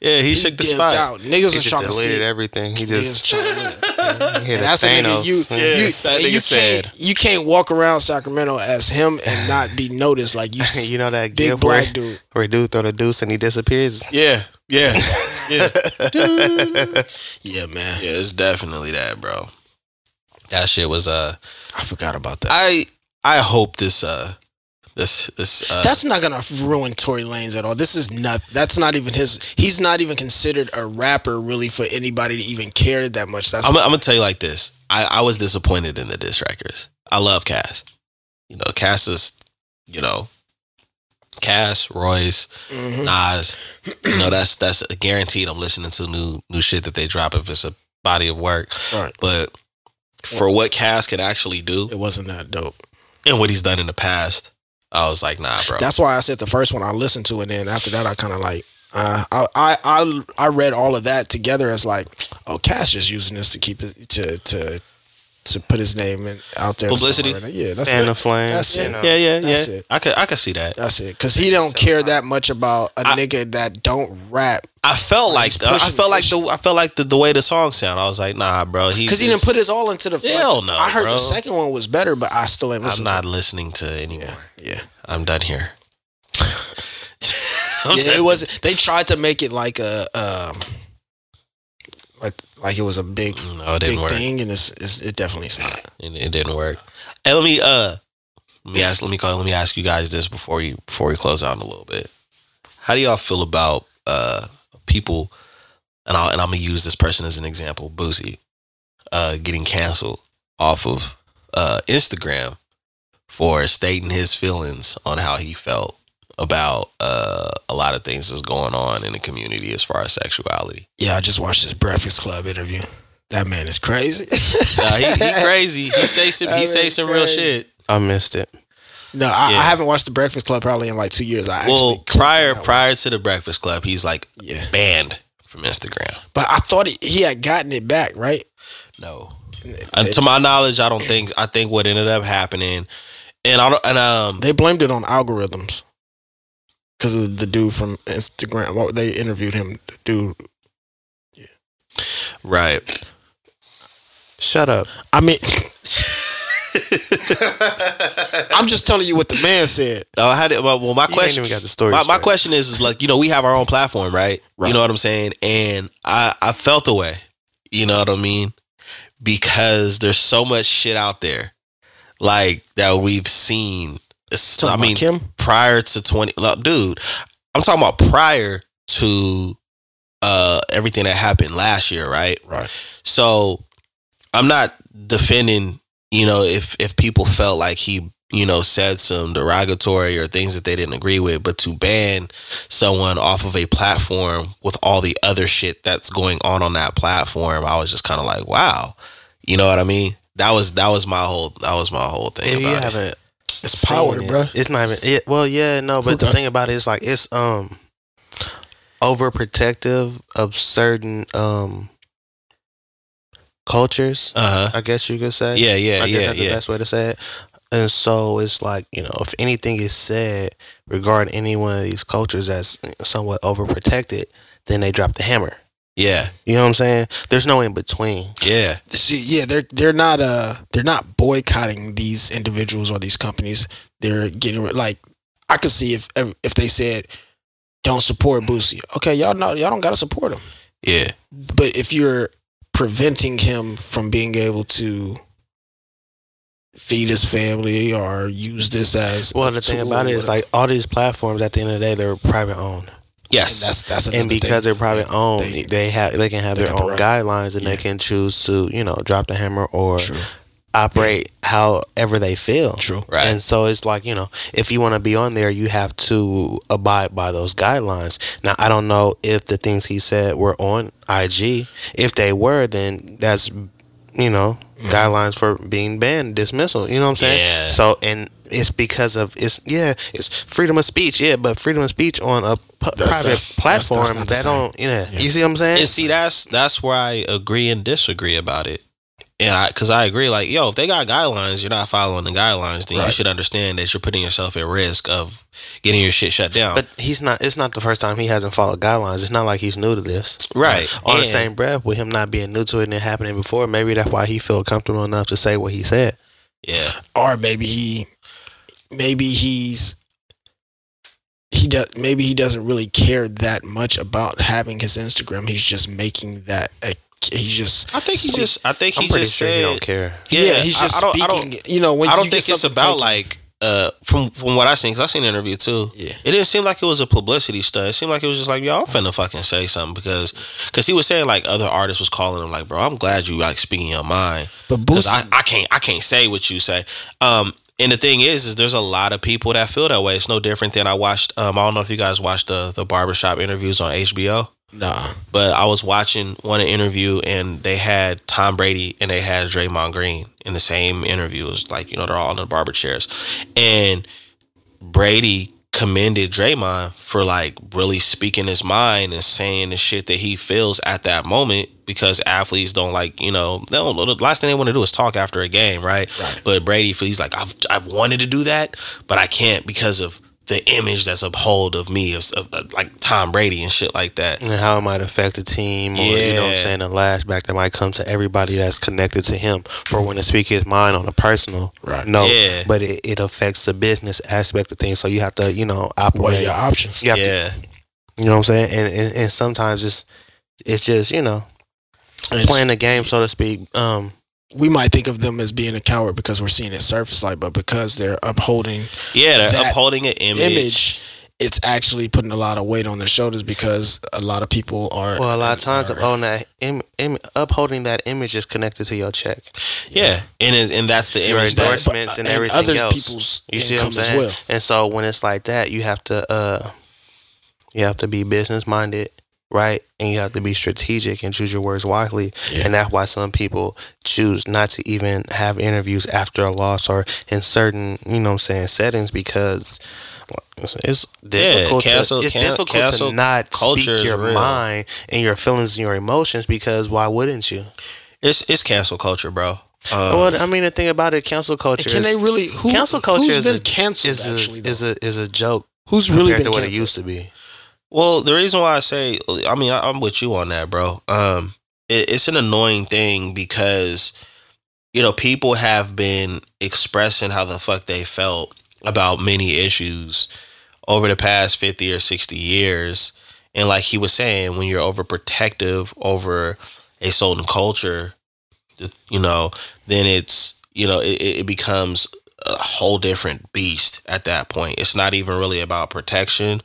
S1: yeah, he, shook the
S2: dipped
S1: spot.
S2: out. Niggas
S3: He
S2: was
S3: just
S2: trying to see.
S3: deleted everything. He
S2: Niggas
S3: just
S2: trying to live.
S3: hit
S2: And
S3: a
S2: that's a nigga you,
S3: Thanos.
S1: Yeah,
S2: you,
S1: that
S2: and
S1: nigga
S2: you
S1: said.
S2: can't you can't walk around Sacramento as him and not be noticed like you,
S3: you know that
S2: big
S3: gift where,
S2: black dude.
S3: where dude throw the deuce and he disappears?
S1: Yeah, Yeah. yeah.
S2: Yeah, man.
S1: Yeah, it's definitely that, bro. That shit was uh
S2: I forgot about that.
S1: I I hope this uh this this uh
S2: that's not gonna ruin Tory Lanez at all. This is not. That's not even his. He's not even considered a rapper really for anybody to even care that much. That's
S1: I'm, I'm gonna tell you like this. I, I was disappointed in the diss records. I love Cass. You know, Cass is, you know, Cass, Royce,
S2: Mhm.
S1: Nas. You know, that's that's guaranteed. I'm listening to new new shit that they drop if it's a body of work.
S2: Right.
S1: But for what Cass could actually do
S2: It wasn't that dope.
S1: and what he's done in the past, I was like, nah, bro.
S2: That's why I said the first one I listened to, and then after that I kind of like. Uh, I, I I I read all of that together as like, oh, Cash is using this to keep it to to to put his name in, out there.
S1: Publicity.
S2: somewhere. Yeah, that's
S3: Fan
S2: it.
S3: of flames.
S2: That's
S3: you
S2: it.
S3: know.
S1: yeah, yeah,
S2: That's
S1: yeah.
S2: it.
S1: I could I could see that.
S2: That's it. Cause he don't care that much about a
S1: I-
S2: nigga that don't rap.
S1: I felt like
S2: He's
S1: I
S2: pushing,
S1: felt like the I felt like the, the way the song sound. I was like, nah, bro. He
S2: Cause he didn't
S1: just-
S2: put his all into the.
S1: Hell no,
S2: I heard
S1: Uh, bro.
S2: the second one was better, but I still ain't
S1: I'm
S2: listened.
S1: not listening to it
S2: To
S1: anymore.
S2: it. Yeah. Yeah.
S1: I'm done here. I'm
S2: yeah,
S1: done.
S2: it wasn't. They tried to make it like a um, like like it was a big
S1: No, it
S2: big
S1: didn't work.
S2: thing, and it's, it's it definitely is not.
S1: It, it didn't work. And let me uh let me ask let me call let me ask you guys this before you before we close out in a little bit. How do y'all feel about uh people and I and I'm gonna use this person as an example, Boosie, uh getting canceled off of uh Instagram for stating his feelings on how he felt about uh a lot of things that's going on in the community as far as sexuality.
S2: Yeah, I just watched this Breakfast Club interview. That man is crazy.
S1: Nah, he, he crazy. He say some he
S2: That
S1: say
S2: is
S1: some real
S2: crazy.
S1: shit.
S3: I missed it.
S2: No, I,
S1: Yeah.
S2: I haven't watched the Breakfast Club probably in like two years. I
S1: Well,
S2: actually clicked
S1: prior
S2: on that one.
S1: prior to the Breakfast Club, he's like
S2: yeah,
S1: banned from Instagram.
S2: but I thought he, he had gotten it back, right?
S1: No, Uh, to my knowledge, I don't think. I think what ended up happening, and I don't, and um,
S2: They blamed it on algorithms because of the dude from Instagram. Well, they interviewed him, the dude.
S1: right.
S3: Shut up.
S2: I mean, I'm just telling you what the man said.
S1: No, I had it. Well, well, my
S3: You ain't
S1: question.
S3: even got the story.
S1: My, my
S3: straight.
S1: question is, is like you know we have our own platform, right?
S2: Right.
S1: You know what I'm saying? And I I felt away. You know what I mean? Because there's so much shit out there, like that we've seen. It's- I
S2: Talking about
S1: mean,
S2: Kim.
S1: prior to 20 like, dude i'm talking about prior to uh everything that happened last year right
S2: Right.
S1: so i'm not defending you know if if people felt like he you know said some derogatory or things that they didn't agree with but to ban someone off of a platform with all the other shit that's going on on that platform i was just kind of like wow you know what i mean that was that was my whole that was my whole thing
S3: If you
S1: about it.
S3: haven't
S2: It's power,
S3: seen it,
S2: bro.
S3: It's not even. It, well, yeah, no. But the
S2: Okay.
S3: thing about it is like it's um overprotective of certain um cultures.
S1: uh-huh
S3: I guess you could say.
S1: yeah yeah
S3: I guess
S1: yeah
S3: that's the
S1: yeah
S3: best way to say it. And so it's like, you know, if anything is said regarding any one of these cultures that's somewhat overprotected, then they drop the hammer.
S1: yeah
S3: You know what I'm saying? There's no in between.
S1: yeah
S2: See, yeah, they're they're not uh they're not boycotting these individuals or these companies. They're getting rid- like I could see if if they said don't support Boosie. Okay, y'all know y'all don't gotta support him.
S1: Yeah,
S2: But if you're preventing him from being able to feed his family or use this as
S3: Well, the thing
S2: tool
S3: about it
S2: or
S3: is like all these platforms at the end of the day they're private owned.
S2: whatever.
S1: yes,
S2: that's that's another
S3: and because
S2: thing.
S3: they're private owned,
S2: They-
S3: they, have they can have
S2: they
S3: their
S2: got the
S3: own
S2: right.
S3: guidelines and
S2: Yeah.
S3: they can choose to, you know, drop the hammer or
S2: true,
S3: operate however they feel.
S2: true.
S1: right.
S3: And so it's like, you know, if you want to be on there, you have to abide by those guidelines. Now, I don't know if the things he said were on IG. If they were, then that's, you know, guidelines for being banned, dismissal. You know what I'm saying?
S1: Yeah.
S3: So, and it's because of, it's, yeah, it's freedom of speech, yeah, but freedom of speech on a pu- private
S2: that's- that's-
S3: platform,
S2: that's not the
S3: that
S2: same.
S3: don't, yeah,
S2: Yeah.
S3: You see what I'm saying?
S1: and see, that's that's where I agree and disagree about it. And I, because I agree, like, yo, if they got guidelines, you're not following the guidelines, then you
S2: Right.
S1: should understand that you're putting yourself at risk of getting your shit shut down.
S3: but he's not, it's not the first time he hasn't followed guidelines. It's not like he's new to this.
S1: right.
S3: on the
S1: And-
S3: same breath with him not being new to it and it happening before maybe that's why he felt comfortable enough to say what he said
S1: Yeah.
S2: or maybe he maybe he's he does maybe he doesn't really care that much about having his Instagram. He's just making that a, he's just
S1: I think he
S2: Speak-
S1: just. I think
S3: I'm
S1: he
S3: pretty
S1: just
S3: sure
S1: said.
S3: he don't care.
S1: Yeah,
S2: he's
S1: I-
S2: just
S1: I, don't. I don't.
S2: speaking. you know, when
S1: I don't
S2: you get
S1: think it's
S2: something
S1: about
S2: taken-
S1: like uh from from what I seen because I seen an interview too.
S2: yeah.
S1: It didn't seem like it was a publicity stunt. It seemed like it was just like, yo, I'm finna fucking say something because, because he was saying like other artists was calling him like, bro, I'm glad you like speaking your mind
S2: But
S1: because
S2: Boosie,
S1: I, I can't I can't say what you say. Um, and the thing is, is there's a lot of people that feel that way. It's no different than I watched. Um, I don't know if you guys watched the the barbershop interviews on HBO
S2: nah.
S1: but I was watching one interview and they had Tom Brady and they had Draymond Green in the same interview. It was like, you know, they're all in the barber chairs. And Brady commended Draymond for like really speaking his mind and saying the shit that he feels at that moment because athletes don't like, you know, they don't, the last thing they want to do is talk after a game, right?
S2: Right.
S1: But Brady feels like, I've, I've wanted to do that, but I can't because of the image that's uphold of me, of, of- of like Tom Brady and shit like that.
S3: And how it might affect the team, or you know what I'm
S1: Yeah.
S3: saying, the lashback that might come to everybody that's connected to him for when to speak his mind on a personal
S2: Right.
S3: note.
S1: Yeah.
S3: But it, it affects the business aspect of things, so you have to, you know,
S2: What are
S3: operate.
S2: your options?
S3: You have to,
S1: Yeah.
S3: you know what I'm saying, and and, and sometimes it's it's just you know
S2: And
S3: playing the game, so to speak. Um,
S2: we might think of them as being a coward because we're seeing it surface light, but because they're upholding
S1: Yeah, they're
S2: that
S1: upholding an image.
S2: image, it's actually putting a lot of weight on their shoulders because a lot of people are
S3: well, a lot of times
S2: are-
S3: upholding that Im, im, upholding that image is connected to your check,
S1: Yeah, and it- and that's the
S3: your
S1: image that.
S3: endorsements, and everything
S2: other
S3: else.
S2: people's
S3: You see what
S2: income
S3: I'm saying?
S2: as well.
S3: And so when it's like that, you have to uh you have to be business minded, right? And you have to be strategic and choose your words wisely.
S2: Yeah.
S3: And that's why some people choose not to even have interviews after a loss or in certain, you know what I'm saying, settings because it's, it's difficult
S1: cancel-
S3: to it's
S1: can-
S3: difficult
S1: cancel
S3: to not
S1: culture
S3: speak
S1: is
S3: your
S1: real.
S3: mind and your feelings and your emotions because why wouldn't you?
S1: It's it's cancel culture, bro. Um,
S3: well, I mean the thing about it, cancel culture
S2: Can
S3: is,
S2: they really? Who,
S3: cancel culture
S2: who's
S3: is
S2: been
S3: a-
S2: canceled?
S3: is
S2: actually,
S3: a,
S2: though?
S3: is a is a joke
S2: who's
S3: compared
S2: really
S3: to
S2: been
S3: what
S2: canceled?
S3: it used to be.
S1: well, the reason why I say, I mean, I, I'm with you on that, bro. Um, it, it's an annoying thing because you know people have been expressing how the fuck they felt about many issues over the past 50 or 60 years and like he was saying when you're overprotective over a certain culture you know then it's you know it, it it becomes a whole different beast at that point it's not even really about protection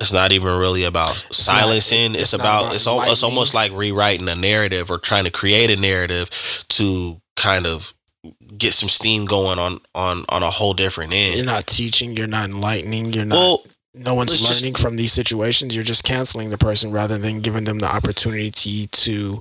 S1: it's not even really about
S2: not-
S1: silencing it's,
S2: it's not
S1: about,
S2: about
S1: it's, al- it's
S2: enlightening.
S1: almost like rewriting a narrative or trying to create a narrative to kind of get some steam going on on on a whole different
S2: You're
S1: end
S2: not teaching. You're not enlightening. You're not.
S1: well
S2: no one's
S1: let's just-
S2: learning from these situations. You're just canceling the person rather than giving them the opportunity to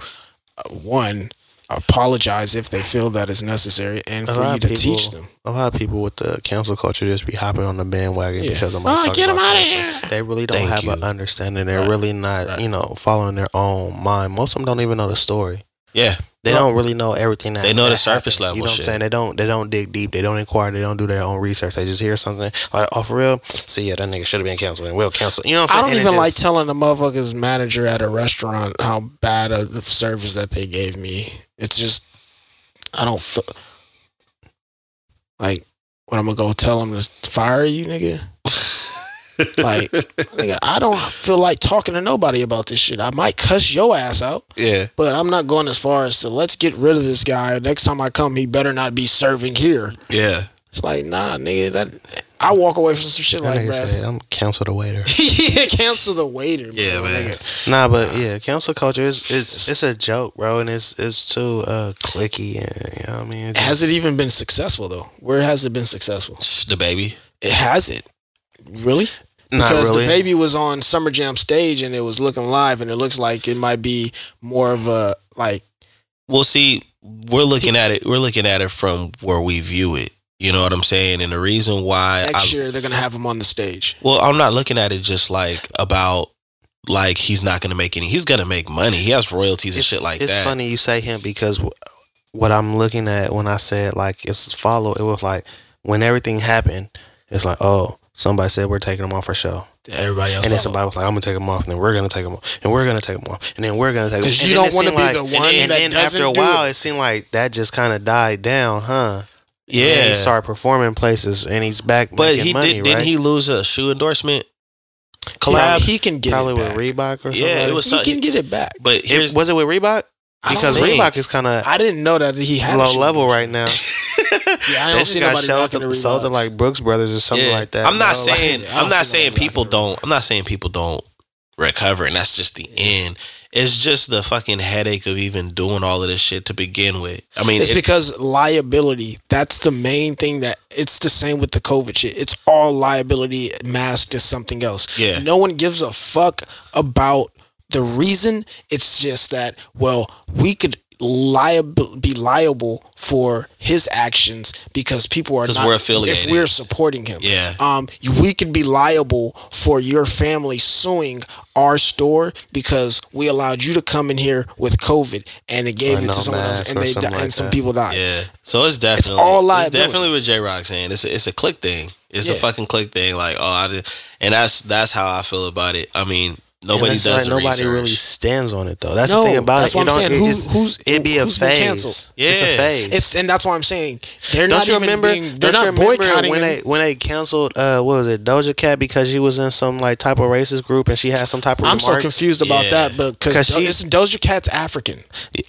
S2: uh, one apologize if they feel that is necessary, and
S3: A
S2: for
S3: lot
S2: you
S3: of
S2: to
S3: people-
S2: teach them.
S3: A lot of people with the cancel culture just be hopping on the bandwagon
S2: Yeah.
S3: because I'm like,
S2: Oh, get 'em outta here.
S3: They really don't
S1: Thank
S3: have
S1: you.
S3: an understanding. They're
S2: Right.
S3: really not,
S1: Right.
S3: you know, following their own mind. Most of them don't even know the story.
S1: yeah
S3: They
S2: Right.
S3: don't really know everything that
S1: They know the
S3: that
S1: surface
S3: happened. You
S1: level
S3: know what
S1: shit.
S3: I'm saying? They don't they don't dig deep. They don't inquire. They don't do their own research. They just hear something like, oh for real. See, yeah, that nigga should have been canceled and will cancel. You know what I'm
S2: I
S3: saying?
S2: don't
S3: And it
S2: even like
S3: just-
S2: telling a motherfucker's manager at a restaurant how bad of the service that they gave me. It's just, I don't feel like when I'm gonna go tell them to fire you, nigga. like, nigga, I don't feel like talking to nobody about this shit. I might cuss your ass out,
S1: yeah
S2: but I'm not going as far as to let's get rid of this guy. Next time I come, he better not be serving here.
S1: yeah
S2: It's like, nah, nigga, that I walk away from some shit
S3: That
S2: like
S3: nigga
S2: that.
S3: said, I'm cancel the waiter.
S2: yeah, cancel the waiter.
S1: Yeah,
S2: bro,
S1: man.
S2: nigga.
S3: Nah, but yeah, cancel culture is it's it's a joke, bro, and it's it's too uh clicky and you know what I mean. It's-
S2: Has it even been successful though? Where has it been successful?
S1: the baby
S2: It hasn't. Really?
S3: not
S2: because
S3: really.
S2: the baby was on Summer Jam stage and it was looking live and it looks like it might be more of a like
S1: Well, see, we're looking at it. We're looking at it from where we view it. You know what I'm saying? And the reason why I,
S2: next year they're gonna have him on the stage.
S1: well, I'm not looking at it just like about like he's not going to make any. He's going to make money. He has royalties and shit like
S3: it's
S1: that.
S3: funny you say him because w- what I'm looking at when I said like it's follow, it was like when everything happened, it's like oh somebody said we're taking them off our show,
S2: Everybody else.
S3: and then somebody was like I'm gonna take them off, and then we're gonna take them off, and we're gonna take them off, and then we're gonna take them.
S2: 'Cause you don't wanna be the one
S3: And then
S2: that
S3: after
S2: doesn't
S3: a
S2: do
S3: while,
S2: it.
S3: it seemed like that just kind of died down, huh? And
S1: Yeah,
S3: he started performing places and he's back
S1: but
S3: making
S1: he
S3: money,
S1: did. Didn't
S3: right?
S1: he lose a shoe endorsement collab?
S2: Collab. He can get
S3: Probably
S2: it
S3: with
S2: back.
S3: Reebok or something.
S1: Yeah, it
S3: like
S1: was-
S2: He can get it back.
S1: but
S3: that?
S1: here's
S3: It- was it with Reebok?
S2: I don't
S3: Because
S1: think-
S3: Reebok is kind of
S2: I didn't know that he had a
S3: low
S2: shoe.
S3: level right
S2: Yeah,
S3: now.
S2: I
S3: They
S2: don't
S3: just
S2: see
S3: got
S2: nobody
S3: sold
S2: rocking
S3: to,
S2: the
S3: sold to
S2: Reeboks.
S3: like Brooks Brothers or something
S1: Yeah.
S3: like that.
S1: I'm not
S3: you know, like-
S1: saying
S2: I don't
S1: I'm not
S2: see
S1: saying
S2: nobody
S1: people
S2: rocking
S1: don't I'm not saying people don't recover and that's just the end. It's just the fucking headache of even doing all of this shit to begin with. I mean,
S2: It's
S1: it-
S2: because liability. That's the main thing that it's the same with the COVID shit. It's all liability masked as something else.
S1: Yeah.
S2: No one gives a fuck about the reason. It's just that, well, we could liable be liable for his actions because people are
S1: 'Cause
S2: not
S1: we're affiliated.
S2: if we're supporting him.
S1: Yeah.
S2: Um we could be liable for your family suing our store because we allowed you to come in here with COVID and it gave
S3: Or
S2: it
S3: no
S2: to someone else
S3: mask
S2: and
S3: or
S2: they di-
S3: something like
S2: and some
S3: that.
S2: people died.
S1: yeah. So it's definitely it's,
S2: all liability.
S1: definitely what J Rock saying. It's a, it's a click thing. It's a
S2: Yeah.
S1: fucking click thing. Like oh, I did, and that's that's how I feel about it. I mean, nobody
S3: it's
S1: does the
S3: like nobody
S1: research.
S3: really stands on it though. That's the thing about
S2: that's
S3: it.
S2: what
S3: You
S2: I'm
S3: don't-
S2: saying.
S3: it-
S2: Who-
S3: it's-
S2: who's
S3: it'd be a
S2: who's been
S3: phase.
S2: canceled?
S3: It's
S1: Yeah.
S3: a phase.
S2: It's and that's why I'm saying they're
S3: don't
S2: not
S3: you
S2: even
S3: remember?
S2: being, they're
S3: don't you
S2: not
S3: remember
S2: boycotting
S3: when
S2: him.
S3: they when they canceled uh what was it Doja Cat because she was in some like type of racist group and she had some type of
S2: I'm so
S3: remarks.
S2: confused about
S1: Yeah.
S2: that, but
S3: 'Cause
S2: because
S3: she's-
S2: Doja Cat's African.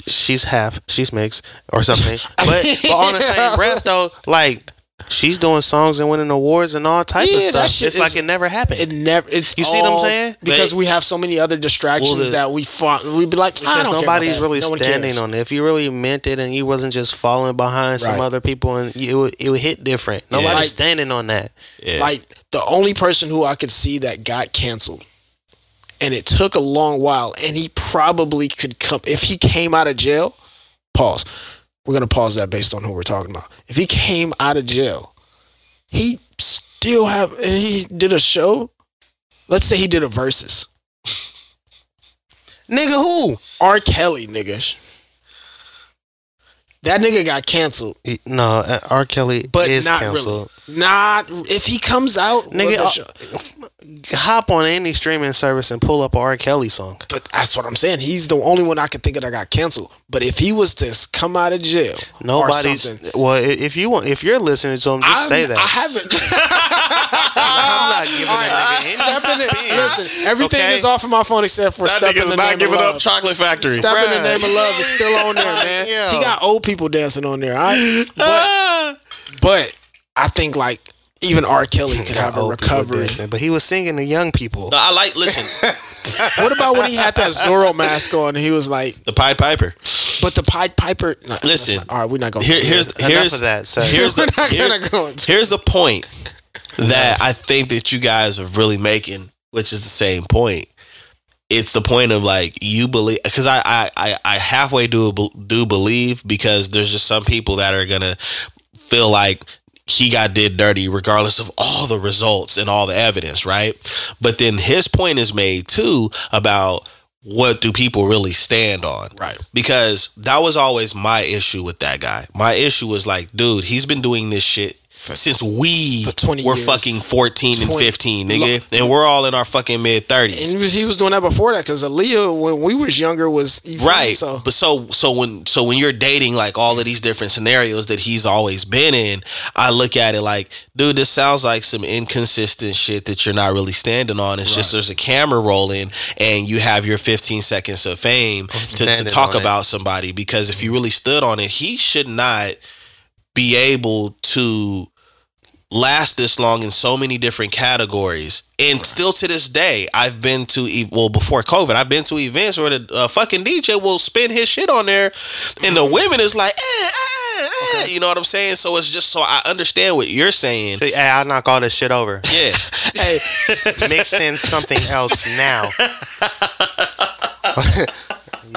S3: she's half, she's mixed or something. But, but on the same breath though, like she's doing songs and winning awards and all type
S2: Yeah,
S3: of
S2: that
S3: stuff. It's
S2: shit is-
S3: like it never happened.
S2: It never. It's
S3: You see what I'm
S2: all
S3: saying?
S2: Because
S1: They-
S2: we have so many other distractions
S1: Well, the-
S2: that we fought. We'd be like, I
S3: because
S2: don't care about
S3: nobody's
S2: that.
S3: really
S2: No one cares.
S3: standing on it. If you really meant it and you wasn't just falling behind some
S2: Right.
S3: other people and you, it would, it would hit different. Nobody's
S2: Like-
S3: standing on that.
S1: Yeah.
S2: Like the only person who I could see that got canceled, and it took a long while, and he probably could come if he came out of jail. Pause. We're gonna pause that based on who we're talking about. If he came out of jail, he still have and he did a show. Let's say he did a versus.
S3: Nigga, who?
S2: R. Kelly, nigga. That nigga got canceled.
S3: He- No, uh, R. Kelly
S2: But
S3: is
S2: not
S3: canceled.
S2: really. Not if he comes out,
S3: Nigga,
S2: with a
S3: uh,
S2: show-
S3: Hop on any streaming service and pull up a R. Kelly song.
S2: But that's what I'm saying. He's the only one I could think of that got canceled. But if he was to come out of jail, or
S3: Nobody's.
S2: something,
S3: Well, i- if you want, if you're listening to him, just
S2: I'm-
S3: say that.
S2: I haven't. Ah,
S3: I'm not giving that nigga any
S2: Stepping Ah, in- listen, everything
S3: Okay?
S2: is off of my phone except for
S1: that
S2: stepping
S1: nigga's
S2: in the
S1: not
S2: name of
S1: giving up
S2: love.
S1: Chocolate Factory.
S2: Step in the
S3: Bruh.
S2: name of love is still on there, man.
S3: Yo.
S2: He got old people dancing on there. all right? But,
S1: Ah.
S2: but I think like even R. Kelly could have a
S3: Old people
S2: recovery.
S3: dancing, but he was singing to young people.
S1: no, I like listen.
S2: What about when he had that Zorro mask on? and He was like,
S1: the Pied Piper.
S2: but the Pied Piper. no, that's
S1: Listen.
S2: not- all right, we're not going.
S1: Here, here's
S3: Enough
S1: here's
S3: of that, sir.
S1: Here's
S2: we're
S1: the,
S2: not
S1: here-
S2: gonna go into.
S1: here's the point that I think that you guys are really making, which is the same point. It's the point of like you believe because I, I I I halfway do do believe because there's just some people that are gonna feel like he got did dirty regardless of all the results and all the evidence, right? But then his point is made too about what do people really stand on?
S2: Right.
S1: Because that was always my issue with that guy. My issue was like, dude, he's been doing this shit since we
S2: For 20
S1: were
S2: years.
S1: fucking 14 and
S2: 20
S1: 15, nigga. and we're all in our fucking mid 30s.
S2: And he was, he was doing that before that because Aaliyah, when we was younger, was you feel me?
S1: Right.
S2: So
S1: But so so when so when you're dating like all of these different scenarios that he's always been in, I look at it like, dude, this sounds like some inconsistent shit that you're not really standing on. It's just there's a camera rolling and you have your 15 seconds of fame to, to
S3: Standing
S1: talk
S3: on it.
S1: about somebody because if you really stood on it, he should not be able to last this long in so many different categories. And still to this day, I've been to e- well before COVID, I've been to events where the uh, fucking DJ will spin his shit on there, and the women is like, eh, eh, eh, you know what I'm saying? So it's just so I understand what you're saying.
S3: See, hey, I'll knock all this shit over.
S1: yeah,
S2: hey,
S3: Mix in something else now.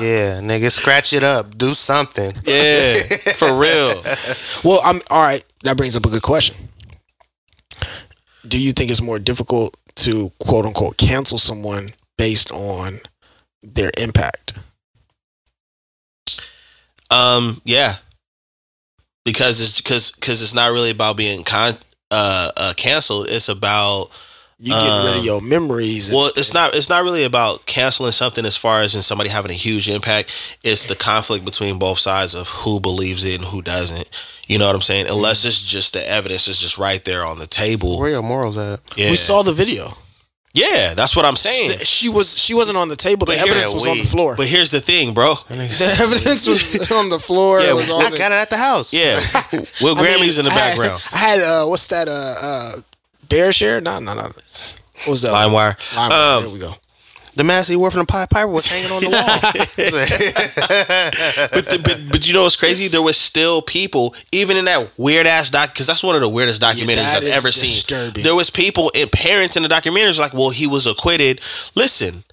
S3: yeah, nigga, scratch it up. Do something.
S1: yeah, for real.
S2: well, I'm all right. That brings up a good question. Do you think it's more difficult to quote unquote cancel someone based on their impact?
S1: Um, yeah, because it's because because it's not really about being con uh, uh canceled. It's about
S2: You get rid
S1: Um,
S2: of your memories. and-
S1: Well, it's not it's not really about canceling something as far as in somebody having a huge impact. It's the conflict between both sides of who believes it and who doesn't. You know what I'm saying?
S2: Mm.
S1: Unless it's just the evidence is just right there on the table.
S3: Where your morals at?
S1: Yeah.
S2: We saw the video.
S1: Yeah, that's what I'm saying.
S2: She, she was she wasn't on the table. The
S3: But here-
S2: evidence was on the
S3: we-
S2: floor.
S1: But here's the thing, bro.
S2: The evidence was on the floor.
S1: Yeah,
S2: it was on
S3: I
S2: the,
S3: got it at the house.
S1: Yeah. Will
S2: I mean,
S1: Grammy's in the
S2: I had-
S1: background.
S2: I had, uh, what's that? Uh, uh, bear share? No, no, no. What was that?
S1: LimeWire.
S2: Lime.
S1: Um,
S2: there we go.
S3: The mask he wore from the Pied Piper was hanging on the wall.
S1: but, the, but but you know what's crazy? There was still people, even in that weird ass doc, because that's one of the weirdest documentaries
S2: that
S1: I've
S2: is
S1: ever seen.
S2: disturbing.
S1: There was people and parents in the documentaries like, well, he was acquitted. Listen,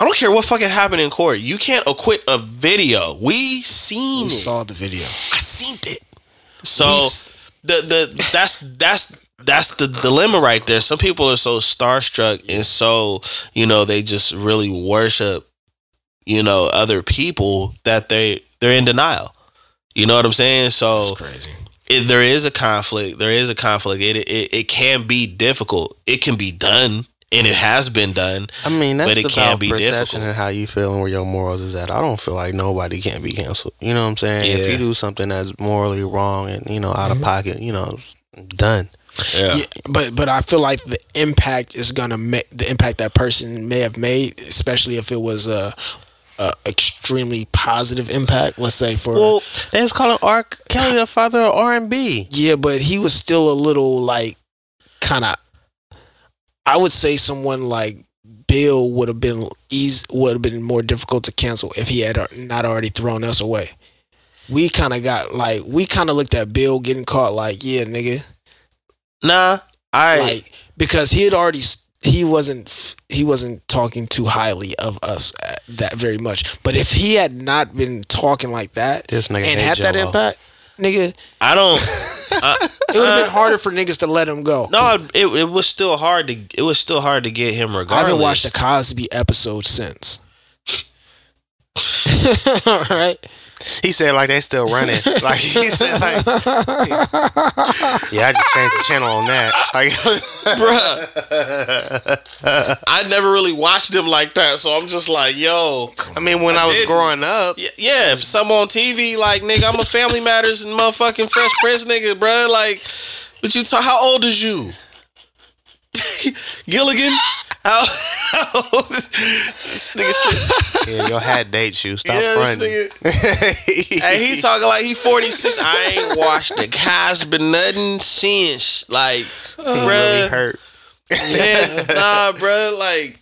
S1: I don't care what fucking happened in court. You can't acquit a video. We seen
S2: We
S1: it.
S2: saw the video.
S1: I seen it. So
S2: We've s-
S1: the the that's that's that's the dilemma right there. Some people are so starstruck and so you know they just really worship you know other people that they they're in denial. You know what I'm saying? So
S2: That's crazy.
S1: it, there is a conflict. There is a conflict. It, it it can be difficult. It can be done, and it has been done.
S3: I mean,
S1: But
S3: that's
S1: it
S3: about
S1: can be
S3: perception
S1: difficult.
S3: and how you feel and where your morals is at. I don't feel like nobody can be canceled. You know what I'm saying? If
S1: Yeah.
S3: you do something that's morally wrong and you know out
S2: Mm-hmm.
S3: of pocket, you know, it's done.
S1: Yeah.
S2: Yeah, but but I feel like the impact is gonna make the impact that person may have made, especially if it was a, a extremely positive impact. Let's say for
S3: Well, they was calling R. Kelly the father of R and B.
S2: yeah, but he was still a little like kind of. I would say someone like Bill would have been easy would have been more difficult to cancel if he had uh, not already thrown us away. We kind of got like we kind of looked at Bill getting caught like yeah nigga
S1: Nah. I
S2: like because he had already s- he wasn't f- he wasn't talking too highly of us at that very much. But if he had not been talking like that
S3: This nigga
S2: and
S3: hate
S2: had that
S3: Jell-O.
S2: impact, nigga,
S1: I don't. I-
S2: it would have
S1: Uh,
S2: been harder for niggas to let him go.
S1: no, it, it was still hard to it was still hard to get him regardless.
S2: I haven't watched a Cosby episode since. All right.
S3: He said like they still running. like he said like Yeah, I just changed the channel on that. Like
S1: Bruh. I never really watched him like that, so I'm just like, yo.
S3: I mean when I, was
S1: didn't.
S3: growing up,
S1: Y- Yeah, if some on TV, like, nigga, I'm a Family Matters and motherfucking Fresh Prince, nigga, bruh. Like, but you talk, how old is you? Gilligan? How, how old is this nigga? said-
S3: yeah, your hat dates you. Stop
S1: Yeah, this
S3: running.
S1: nigga. And he talking like he 46. I ain't watched the Cosby nothing since. Like,
S3: He
S1: bruh.
S3: really hurt.
S1: yeah, nah, bro. Like,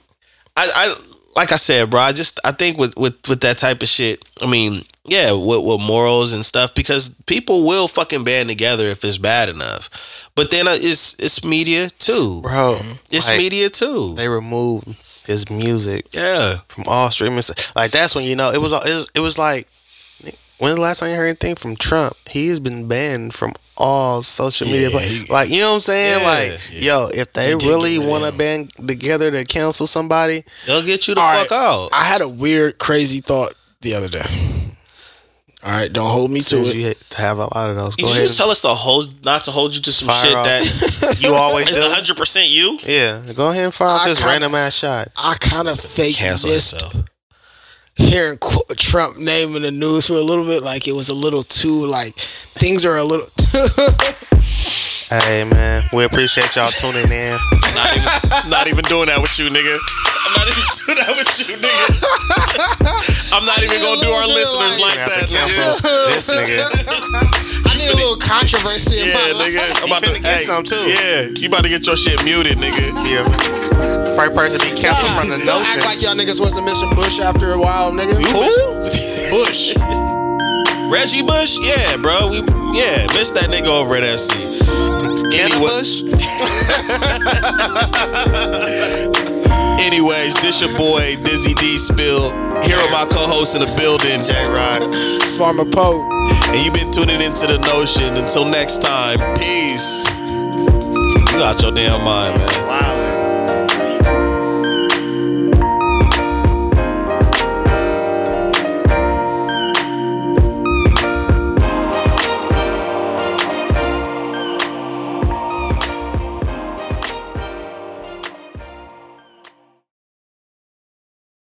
S1: I, I, like I said, bro. I just, I think with with with that type of shit. I mean, yeah, with with morals and stuff, because people will fucking band together if it's bad enough. But then uh, it's it's media too.
S3: Bro,
S2: Mm-hmm.
S1: It's
S3: like,
S1: media too.
S3: They removed his music
S1: yeah,
S3: from all streaming. s- Like that's when you know it was. all- It was, it was like when the last time you heard anything from Trump? He's been banned from all social media.
S2: Yeah,
S3: pla-
S2: he-
S3: like you know what I'm saying?
S1: Yeah,
S3: like yo, if they
S2: He did
S3: really
S2: get rid of
S3: want to
S2: him.
S3: band together to cancel somebody,
S1: they'll get you the
S2: All
S1: fuck
S2: right.
S1: out.
S2: I had a weird, crazy thought the other day. All right, don't hold me to
S3: since
S2: it.
S3: you ha- have a lot of those,
S1: You
S3: go ahead.
S1: just tell us to hold, not to hold you to some
S3: Fire
S1: shit
S3: off.
S1: that
S3: and- you always
S1: is
S3: do.
S1: hundred percent you.
S3: Yeah, go ahead and fire off
S2: I
S3: this
S2: kinda-
S3: random ass shot.
S2: I kind of fake
S1: Cancel
S2: missed
S1: yourself.
S2: hearing Qu- Trump name in the news for a little bit, like it was a little too like things are a little.
S3: Hey man, we appreciate y'all tuning in.
S1: Not even, not even doing that with you, nigga. I'm not even doing that with you, nigga. I'm not even gonna do our listeners like
S3: Gonna
S1: that,
S3: have to cancel
S1: nigga.
S3: this nigga.
S2: I need a little controversy in
S1: Yeah, nigga. I'm about to
S3: finna get
S1: hey,
S3: some, too.
S1: Yeah, you about to get your shit muted, nigga.
S3: Yeah. First person be canceled from the
S2: Don't act
S3: notion.
S2: like y'all niggas wasn't missing Bush after a while, nigga.
S1: Who? Bush. Reggie Bush? Yeah, bro. We yeah, missed that nigga over at SC. Anyway, Bush? Anyways, this your boy Dizzy D Spill. Here are my co-hosts in the building.
S3: J Rod.
S2: Farmer Poe.
S1: And you've been tuning into the notion. Until next time, peace. You out your damn mind, man.